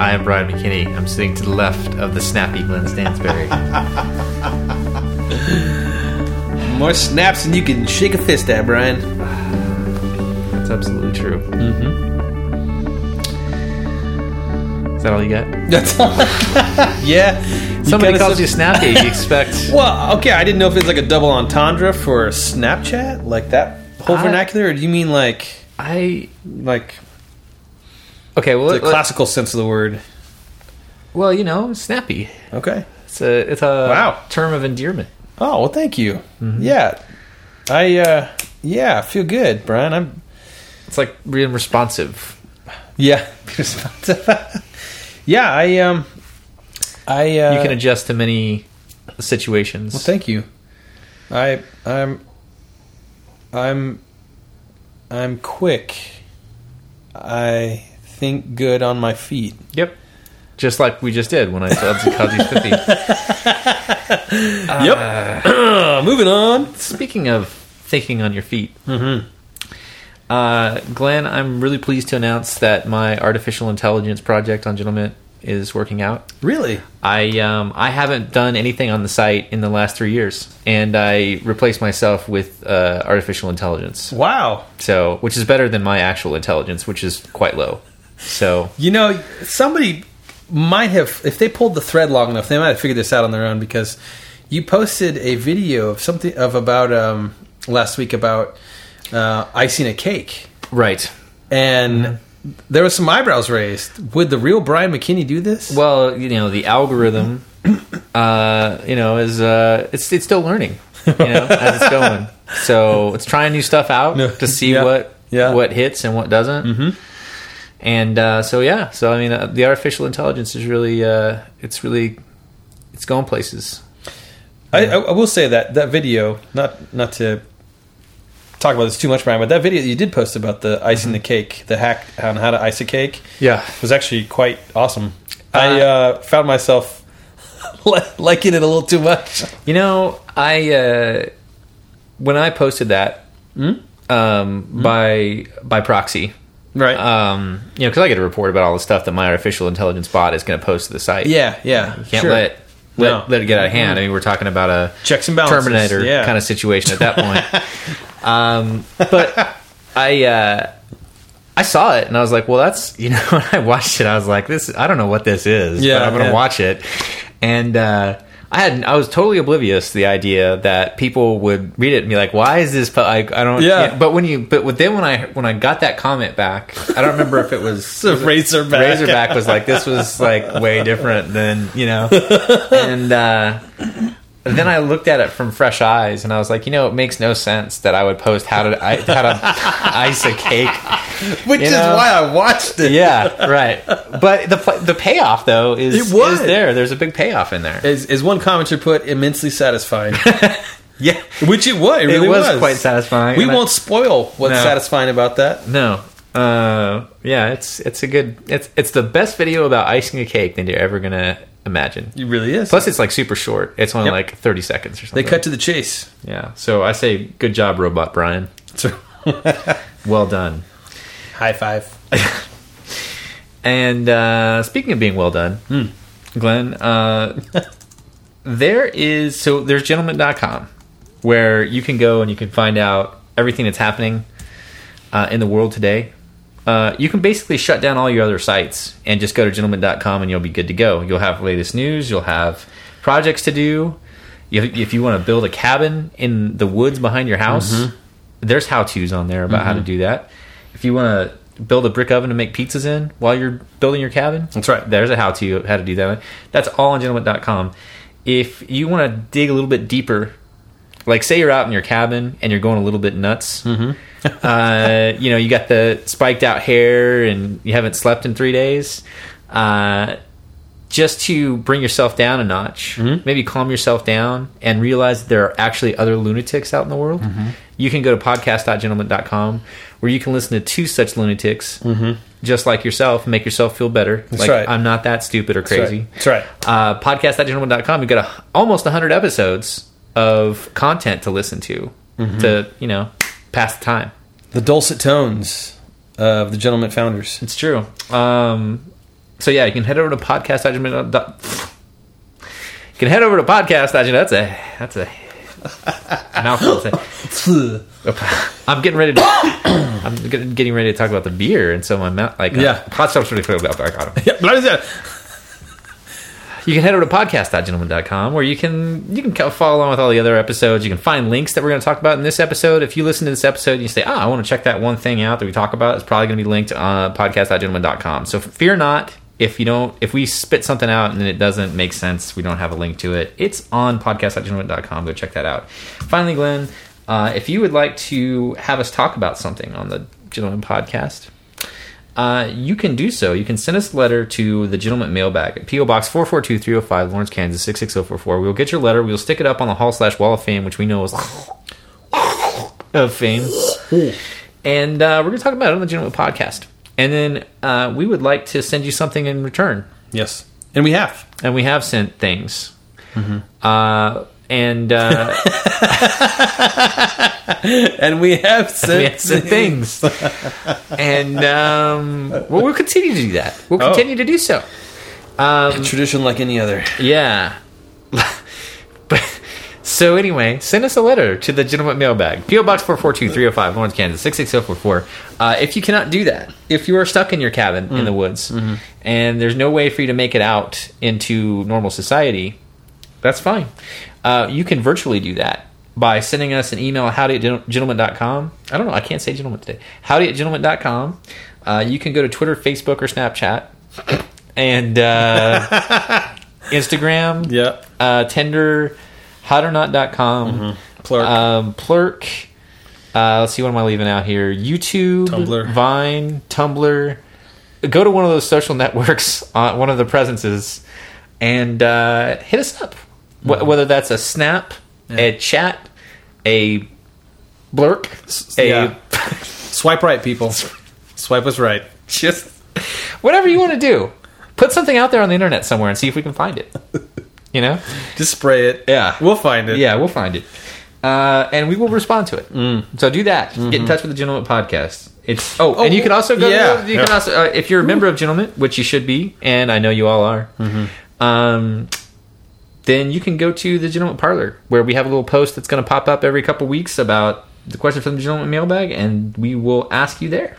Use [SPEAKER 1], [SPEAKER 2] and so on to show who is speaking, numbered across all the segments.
[SPEAKER 1] I am Brian McKinney. I'm sitting to the left of the snappy Glenn Stansberry.
[SPEAKER 2] More snaps than you can shake a fist at, Brian.
[SPEAKER 1] That's absolutely true. Mm-hmm.
[SPEAKER 2] Mm-hmm.
[SPEAKER 1] Is that all you got?
[SPEAKER 2] That's all. yeah. You
[SPEAKER 1] Somebody
[SPEAKER 2] kinda
[SPEAKER 1] calls
[SPEAKER 2] said-
[SPEAKER 1] you snappy. You expect
[SPEAKER 2] Well, okay, I didn't know if it's like a double entendre for Snapchat, like that whole
[SPEAKER 1] I-
[SPEAKER 2] vernacular, or do you mean like
[SPEAKER 1] I
[SPEAKER 2] like
[SPEAKER 1] okay. Well,
[SPEAKER 2] the
[SPEAKER 1] let-
[SPEAKER 2] classical sense of the word?
[SPEAKER 1] well, you know, snappy.
[SPEAKER 2] Okay.
[SPEAKER 1] It's a it's a
[SPEAKER 2] Wow.
[SPEAKER 1] term of endearment.
[SPEAKER 2] Oh well, thank you.
[SPEAKER 1] Mm-hmm.
[SPEAKER 2] Yeah, I uh yeah I feel good, Brian. I'm
[SPEAKER 1] It's like being responsive.
[SPEAKER 2] yeah. yeah, I um, I uh,
[SPEAKER 1] You can adjust to many situations.
[SPEAKER 2] Well, thank you. I I'm I'm I'm quick. I think good on my feet.
[SPEAKER 1] yep. Just like we just did when I said Kazi's 50.
[SPEAKER 2] Uh, moving on.
[SPEAKER 1] Speaking of thinking on your feet, Uh, Glenn, I'm really pleased to announce that my artificial intelligence project on Gentleman is working out.
[SPEAKER 2] Really?
[SPEAKER 1] I um, I haven't done anything on the site in the last three years, and I replaced myself with uh, artificial intelligence.
[SPEAKER 2] Wow.
[SPEAKER 1] So, which is better than my actual intelligence, which is quite low. So,
[SPEAKER 2] You know, somebody might have if they pulled the thread long enough, they might have figured this out on their own because you posted a video of something of about um last week about uh, icing a cake.
[SPEAKER 1] right.
[SPEAKER 2] And there was some eyebrows raised. Would the real Brian McKinney do this?
[SPEAKER 1] Well, you know, the algorithm, uh, you know, is uh, it's it's still learning, you know, as it's going. So it's trying new stuff out
[SPEAKER 2] No,
[SPEAKER 1] to see
[SPEAKER 2] yeah,
[SPEAKER 1] what
[SPEAKER 2] yeah.
[SPEAKER 1] what hits and what doesn't. Mm-hmm. And uh, so yeah, so I mean, uh, the artificial intelligence is really uh, it's really it's going places.
[SPEAKER 2] I, I I will say that that video, not not to talk about this too much, Brian, but that video that you did post about the icing the cake, the hack on how to ice a cake,
[SPEAKER 1] Mm-hmm. Yeah.
[SPEAKER 2] was actually quite awesome. I uh, found myself li- liking it a little too much.
[SPEAKER 1] You know, I uh, when I posted that
[SPEAKER 2] Hmm?
[SPEAKER 1] um, by by proxy.
[SPEAKER 2] Right?
[SPEAKER 1] Um, you know, because I get a report about all the stuff that my artificial intelligence bot is going to post to the site.
[SPEAKER 2] yeah, yeah.
[SPEAKER 1] Can't
[SPEAKER 2] sure.
[SPEAKER 1] let let,
[SPEAKER 2] No. Mm-hmm.
[SPEAKER 1] let it get out of hand. I mean, we're talking about a
[SPEAKER 2] Checks and balances,
[SPEAKER 1] Terminator
[SPEAKER 2] yeah.
[SPEAKER 1] kind of situation at that point. um, but I uh, I saw it and I was like, well, that's you know, when I watched it, I was like, this I don't know what this is,
[SPEAKER 2] Yeah,
[SPEAKER 1] but I'm gonna
[SPEAKER 2] yeah.
[SPEAKER 1] watch it. And uh, I had I was totally oblivious to the idea that people would read it and be like, why is this? po- I, I don't.
[SPEAKER 2] Yeah.
[SPEAKER 1] But when you but with- then when I when I got that comment back, I don't remember if it was
[SPEAKER 2] It's a razorback.
[SPEAKER 1] Razorback was like this was like way different than you know, and uh, then I looked at it from fresh eyes and I was like, you know, it makes no sense that I would post how to I, how to ice a cake.
[SPEAKER 2] Which
[SPEAKER 1] you
[SPEAKER 2] is
[SPEAKER 1] know?
[SPEAKER 2] why I watched it.
[SPEAKER 1] Yeah, right. But the pl- the payoff though is
[SPEAKER 2] It was.
[SPEAKER 1] is there. There's a big payoff in there.
[SPEAKER 2] As, as one commenter put, immensely satisfying.
[SPEAKER 1] yeah,
[SPEAKER 2] Which it was. It,
[SPEAKER 1] it
[SPEAKER 2] really
[SPEAKER 1] was, quite satisfying.
[SPEAKER 2] We
[SPEAKER 1] and I-
[SPEAKER 2] won't spoil what's
[SPEAKER 1] No.
[SPEAKER 2] satisfying about that.
[SPEAKER 1] no. Uh, yeah, it's it's a good it's it's the best video about icing a cake than you're ever gonna imagine.
[SPEAKER 2] It really is.
[SPEAKER 1] Plus, it's like super short. It's only
[SPEAKER 2] Yep.
[SPEAKER 1] like thirty seconds or
[SPEAKER 2] they
[SPEAKER 1] something.
[SPEAKER 2] cut to the chase.
[SPEAKER 1] Yeah. So I say, good job, robot Brian. Well done.
[SPEAKER 2] High five.
[SPEAKER 1] And uh, speaking of being well done, Glenn, uh, there is so there's gentleman.com where you can go and you can find out everything that's happening uh, in the world today. Uh, you can basically shut down all your other sites and just go to gentleman.com and you'll be good to go. You'll have latest news, you'll have projects to do. If, if you want to build a cabin in the woods behind your house,
[SPEAKER 2] Mm-hmm.
[SPEAKER 1] there's how to's on there about how to do that. If you want to build a brick oven to make pizzas in while you're building your cabin,
[SPEAKER 2] That's right.
[SPEAKER 1] There's a how to how to do that. That's all on gentleman.com. If you want to dig a little bit deeper, like say you're out in your cabin and you're going a little bit nuts,
[SPEAKER 2] Mm-hmm.
[SPEAKER 1] uh, you know, you got the spiked out hair and you haven't slept in three days. uh, just to bring yourself down a notch,
[SPEAKER 2] Mm-hmm.
[SPEAKER 1] maybe calm yourself down and realize that there are actually other lunatics out in the world,
[SPEAKER 2] Mm-hmm.
[SPEAKER 1] you can go to podcast.gentleman.com where you can listen to two such lunatics just like yourself and make yourself feel better. like,
[SPEAKER 2] Mm-hmm. right.
[SPEAKER 1] I'm not that stupid or crazy.
[SPEAKER 2] That's right.
[SPEAKER 1] Uh, podcast.gentleman.com, you've got a, almost 100 episodes of content to listen to to, you know, pass the time.
[SPEAKER 2] The dulcet tones of the gentleman founders.
[SPEAKER 1] It's true. Um, so yeah, you can head over to podcast. You can head over to podcast. That's a that's a mouthful. to say. I'm getting ready to. I'm get- getting ready to talk about the beer, and so my mouth like uh,
[SPEAKER 2] Yeah.
[SPEAKER 1] hot stuff's really clear. I got 'em.
[SPEAKER 2] Yeah, blah, blah, blah.
[SPEAKER 1] You can head over to podcast.gentleman.com where you can you can co- follow along with all the other episodes. You can find links that we're going to talk about in this episode. If you listen to this episode and you say, "Ah, I want to check that one thing out that we talk about," it's probably going to be linked uh, on podcast.gentleman.com. So fear not if you don't if we spit something out and it doesn't make sense, we don't have a link to it. It's on podcast.gentleman.com. Go check that out. Finally, Glenn, uh, if you would like to have us talk about something on the Gentleman Podcast, uh, you can do so. You can send us a letter to the Gentleman Mailbag at P.O. Box 442 305, Lawrence, Kansas 66044. We'll get your letter. We'll stick it up on the Hall slash Wall of Fame, which we know is of Fame. And uh, we're going to talk about it on the Gentleman Podcast. And then uh, we would like to send you something in return.
[SPEAKER 2] Yes. And we have.
[SPEAKER 1] And we have sent things. Uh, and uh,
[SPEAKER 2] And we have
[SPEAKER 1] we
[SPEAKER 2] sent
[SPEAKER 1] have sent things. and um, well, we'll continue to do that. We'll
[SPEAKER 2] Oh.
[SPEAKER 1] continue to do so.
[SPEAKER 2] Tradition like any other.
[SPEAKER 1] Yeah. but so anyway, send us a letter to the gentleman mailbag. PO Box 442 305 Lawrence, Kansas 66044. Uh, if you cannot do that, if you are stuck in your cabin in the woods and there's no way for you to make it out into normal society, that's fine. Uh, you can virtually do that by sending us an email at howdy at gentleman.com. I don't know. I can't say gentleman today. Howdy at gentleman.com. Uh, you can go to Twitter, Facebook, or Snapchat. And uh, Instagram,
[SPEAKER 2] Yeah.
[SPEAKER 1] uh, Tinder, hotornot.com,
[SPEAKER 2] Plurk.
[SPEAKER 1] um, Plurk. Uh, let's see, what am I leaving out here? YouTube,
[SPEAKER 2] Tumblr.
[SPEAKER 1] Vine, Tumblr. Go to one of those social networks, uh, one of the presences, and uh, hit us up. Wh-
[SPEAKER 2] Mm-hmm.
[SPEAKER 1] Whether that's a snap, a chat, a blurk, a
[SPEAKER 2] yeah. Swipe right, people. Swipe us right.
[SPEAKER 1] just whatever you want to do. Put something out there on the internet somewhere and see if we can find it. You know?
[SPEAKER 2] Just spray it.
[SPEAKER 1] Yeah.
[SPEAKER 2] We'll find it.
[SPEAKER 1] Yeah, we'll find it. Uh, and we will respond to it.
[SPEAKER 2] Mm.
[SPEAKER 1] So do that. Get in touch with the Gentleman Podcast. It's oh, and you can also go.
[SPEAKER 2] Mm-hmm. yeah.
[SPEAKER 1] To, the- you can
[SPEAKER 2] Yeah.
[SPEAKER 1] also uh, if you're a member of Gentleman, which you should be, and I know you all are.
[SPEAKER 2] Mm-hmm.
[SPEAKER 1] Um, then you can go to the Gentleman Parlor where we have a little post that's going to pop up every couple weeks about the question from the Gentleman Mailbag, and we will ask you there.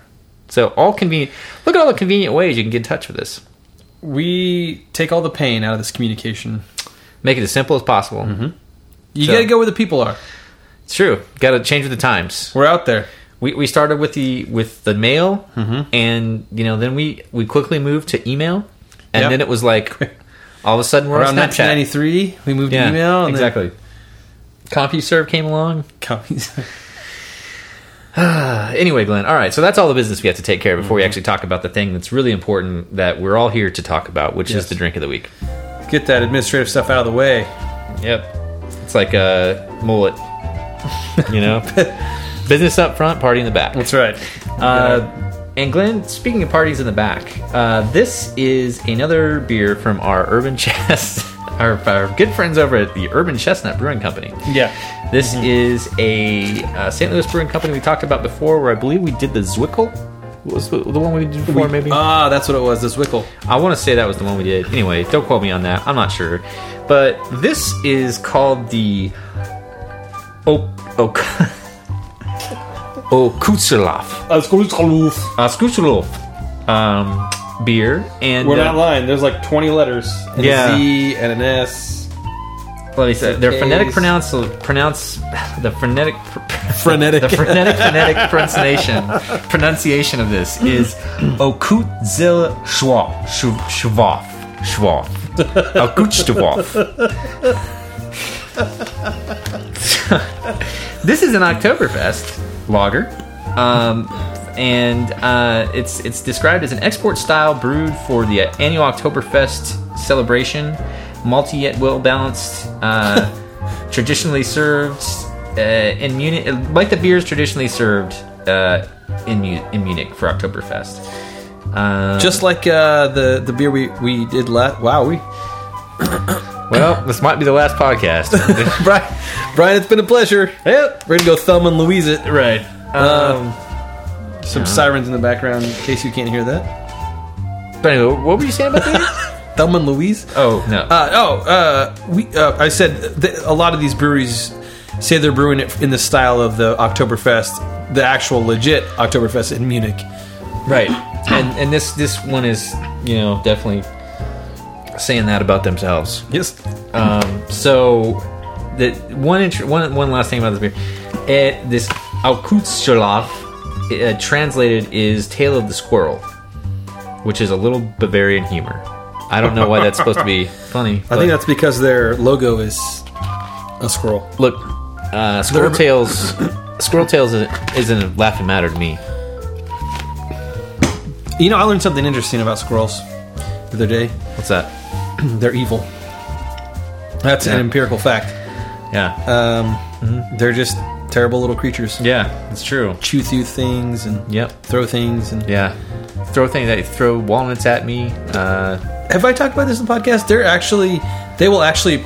[SPEAKER 1] So all convenient. Look at all the convenient ways you can get in touch with us.
[SPEAKER 2] We take all the pain out of this communication.
[SPEAKER 1] Make it as simple as possible.
[SPEAKER 2] Mm-hmm. You
[SPEAKER 1] So-
[SPEAKER 2] got to go where the people are.
[SPEAKER 1] It's true. Got to change with the times.
[SPEAKER 2] We're out there.
[SPEAKER 1] we, we started with the with the mail
[SPEAKER 2] Mm-hmm.
[SPEAKER 1] and you know then we we quickly moved to email and
[SPEAKER 2] Yep.
[SPEAKER 1] then it was like all of a sudden we're
[SPEAKER 2] Around
[SPEAKER 1] on snapchat
[SPEAKER 2] 1993, we moved
[SPEAKER 1] yeah
[SPEAKER 2] to email. And then-
[SPEAKER 1] exactly CompuServe came along.
[SPEAKER 2] copies.
[SPEAKER 1] Uh, anyway, Glenn. All right, so that's all the business we have to take care of before we
[SPEAKER 2] Mm-hmm.
[SPEAKER 1] actually talk about the thing that's really important that we're all here to talk about, which
[SPEAKER 2] Yes.
[SPEAKER 1] is the drink of the week.
[SPEAKER 2] Get that administrative stuff out of the way.
[SPEAKER 1] Yep, it's like a mullet, you know. business up front, party in the back.
[SPEAKER 2] That's right.
[SPEAKER 1] Uh, and Glenn, speaking of parties in the back, uh, this is another beer from our Urban Chest, our, our good friends over at the Urban Chestnut Brewing Company.
[SPEAKER 2] Yeah.
[SPEAKER 1] This is a uh, St. Louis brewing company we talked about before, where I believe we did the Zwickel. What was the, the one we did before? maybe
[SPEAKER 2] Ah, that's what it was. This Wickle.
[SPEAKER 1] I want to say that was the one we did. Anyway, don't quote me on that. I'm not sure, but this is called the O O Okutsulov. Askusulov Uh, um, beer, and
[SPEAKER 2] We're
[SPEAKER 1] uh,
[SPEAKER 2] not lying. There's like 20 letters. And
[SPEAKER 1] Yeah.
[SPEAKER 2] A Z and an S.
[SPEAKER 1] let me say their
[SPEAKER 2] Case.
[SPEAKER 1] phonetic pronounce pronounce the phonetic
[SPEAKER 2] Frenetic.
[SPEAKER 1] the phonetic phonetic pronunciation pronunciation of this is Okutzil Schwaf Schwaf Schwaf Okutschwaf. This is an Oktoberfest lager. Um, and uh, it's it's described as an export style brewed for the annual Oktoberfest celebration, malty yet well balanced. Uh, traditionally served uh, in Munich, like the beers traditionally served uh, in Mu- in Munich for Oktoberfest. Uh,
[SPEAKER 2] Just like uh, the the beer we we did last. Wow, we
[SPEAKER 1] well, this might be the last podcast.
[SPEAKER 2] Brian, Brian, it's been a pleasure.
[SPEAKER 1] Yep.
[SPEAKER 2] We're gonna go thumb and Louise it.
[SPEAKER 1] right.
[SPEAKER 2] Um, some sirens in the background in case you can't hear that.
[SPEAKER 1] But anyway, what were you saying about that?
[SPEAKER 2] Thumb and Louise.
[SPEAKER 1] oh no.
[SPEAKER 2] Uh, oh, uh, we. Uh, I said th- a lot of these breweries say they're brewing it in the style of the Oktoberfest, the actual legit Oktoberfest in Munich.
[SPEAKER 1] right. And and this this one is you know definitely saying that about themselves.
[SPEAKER 2] Yes.
[SPEAKER 1] Um, so the one, int- one one last thing about this beer, it, this Alkutscherloff, uh, translated is "Tale of the Squirrel," which is a little Bavarian humor. I don't know why that's supposed to be funny.
[SPEAKER 2] I think that's because their logo is a squirrel.
[SPEAKER 1] look, uh, Squirrel Tales. Squirrel Tales isn't, isn't laughing matter to me.
[SPEAKER 2] You know, I learned something interesting about squirrels the other day.
[SPEAKER 1] What's that?
[SPEAKER 2] They're evil. That's an empirical fact.
[SPEAKER 1] Yeah,
[SPEAKER 2] Um, They're just terrible little creatures.
[SPEAKER 1] yeah, it's true.
[SPEAKER 2] Chew through things and
[SPEAKER 1] Yep.
[SPEAKER 2] throw things. And
[SPEAKER 1] Yeah, throw things that throw walnuts at me. Uh,
[SPEAKER 2] have I talked about this in the podcast? They're actually they will actually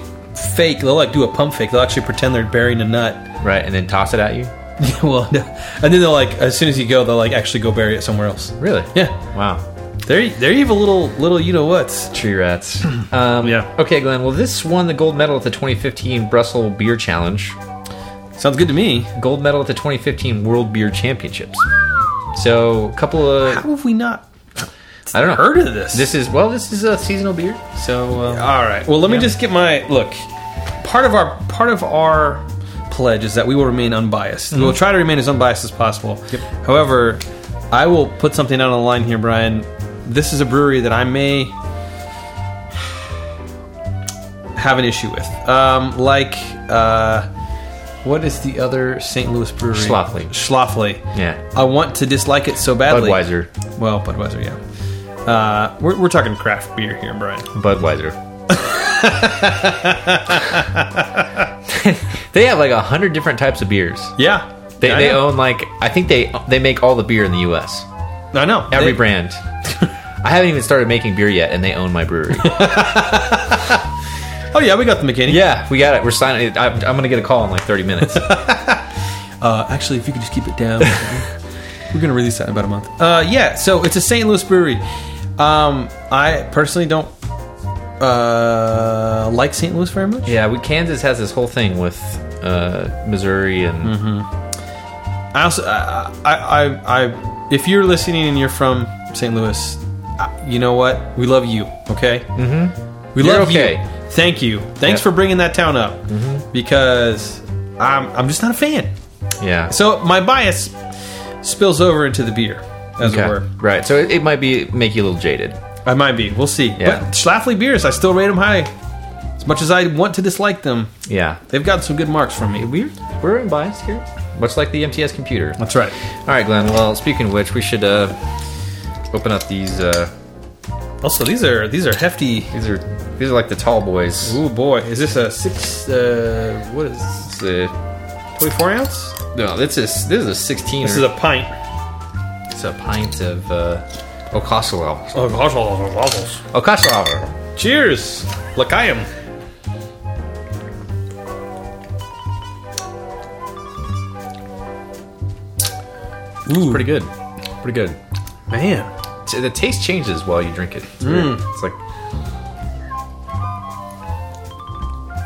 [SPEAKER 2] fake. They'll like do a pump fake. They'll actually pretend they're burying a nut.
[SPEAKER 1] right, and then toss it at you.
[SPEAKER 2] well, no. and then they'll like as soon as you go, they'll like actually go bury it somewhere else.
[SPEAKER 1] Really?
[SPEAKER 2] Yeah,
[SPEAKER 1] Wow.
[SPEAKER 2] they're they're evil little little you know whats.
[SPEAKER 1] Tree rats. Um,
[SPEAKER 2] Yeah.
[SPEAKER 1] Okay, Glenn. Well, this won the gold medal at the 2015 Brussels Beer Challenge,
[SPEAKER 2] Sounds good to me.
[SPEAKER 1] gold medal at the 2015 World Beer Championships. So, a couple of
[SPEAKER 2] How have we not
[SPEAKER 1] I don't know.
[SPEAKER 2] heard of this?
[SPEAKER 1] This is well, this is a seasonal beer. So, um,
[SPEAKER 2] All right. Well, let me
[SPEAKER 1] Yeah.
[SPEAKER 2] just get my look. Part of our part of our pledge is that we will remain unbiased.
[SPEAKER 1] Mm-hmm.
[SPEAKER 2] We will try to remain as unbiased as possible. However, I will put something out on the line here, Brian. This is a brewery that I may have an issue with, um, like. Uh, what is the other St. Louis brewery?
[SPEAKER 1] Schlafly.
[SPEAKER 2] Schlafly.
[SPEAKER 1] Yeah.
[SPEAKER 2] I want to dislike it so badly.
[SPEAKER 1] Budweiser,
[SPEAKER 2] Well, Budweiser, yeah. Uh, we're, we're talking craft beer here, Brian.
[SPEAKER 1] Budweiser. they have like a hundred different types of beers.
[SPEAKER 2] Yeah,
[SPEAKER 1] They,
[SPEAKER 2] I
[SPEAKER 1] they
[SPEAKER 2] know.
[SPEAKER 1] own like I think they they make all the beer in the U.S.
[SPEAKER 2] I know
[SPEAKER 1] Every
[SPEAKER 2] They-
[SPEAKER 1] brand. I haven't even started making beer yet, and they own my brewery.
[SPEAKER 2] Oh yeah, we got the McKinney.
[SPEAKER 1] Yeah, we got it. We're signing. I, I'm gonna get a call in like 30 minutes.
[SPEAKER 2] Uh, actually, if you could just keep it down, we're gonna release that in about a month. Uh, yeah. So it's a St. Louis brewery. Um, I personally don't uh, like St. Louis very much.
[SPEAKER 1] yeah, we Kansas has this whole thing with uh, Missouri and
[SPEAKER 2] Mm-hmm. I also, I, I, I, I, if you're listening and you're from St. Louis, I- you know what? We love you. Okay. Mm-hmm. We
[SPEAKER 1] You're
[SPEAKER 2] love
[SPEAKER 1] okay.
[SPEAKER 2] you. Thank you. Thanks
[SPEAKER 1] Yeah.
[SPEAKER 2] for bringing that town up Mm-hmm. because I'm, I'm just not a fan.
[SPEAKER 1] yeah.
[SPEAKER 2] So my bias spills over into the beer, as
[SPEAKER 1] Okay.
[SPEAKER 2] it were.
[SPEAKER 1] right. So it, it might be make you a little jaded.
[SPEAKER 2] I might be. We'll see.
[SPEAKER 1] Yeah.
[SPEAKER 2] But Schlafly beers, I still rate them high. As much as I want to dislike them,
[SPEAKER 1] Yeah,
[SPEAKER 2] they've gotten some good marks from me. Weird.
[SPEAKER 1] we're unbiased here, much like the MTS computer.
[SPEAKER 2] That's right.
[SPEAKER 1] All right, Glenn. Well, speaking of which, we should uh, open up these. Uh,
[SPEAKER 2] Also, these are these are hefty.
[SPEAKER 1] these are these are like the tall boys.
[SPEAKER 2] Ooh boy, is this a six? Uh, what is
[SPEAKER 1] It's
[SPEAKER 2] this?
[SPEAKER 1] a-
[SPEAKER 2] twenty-four ounce?
[SPEAKER 1] no, this is this is a 16.
[SPEAKER 2] This is a pint.
[SPEAKER 1] it's a pint of uh, Ocasalal.
[SPEAKER 2] Oh gosh, all the waffles.
[SPEAKER 1] Ocasalal.
[SPEAKER 2] Cheers, Lakayam. Ooh,
[SPEAKER 1] Pretty good. Pretty good.
[SPEAKER 2] man.
[SPEAKER 1] T- the taste changes while you drink it. It's, weird. It's like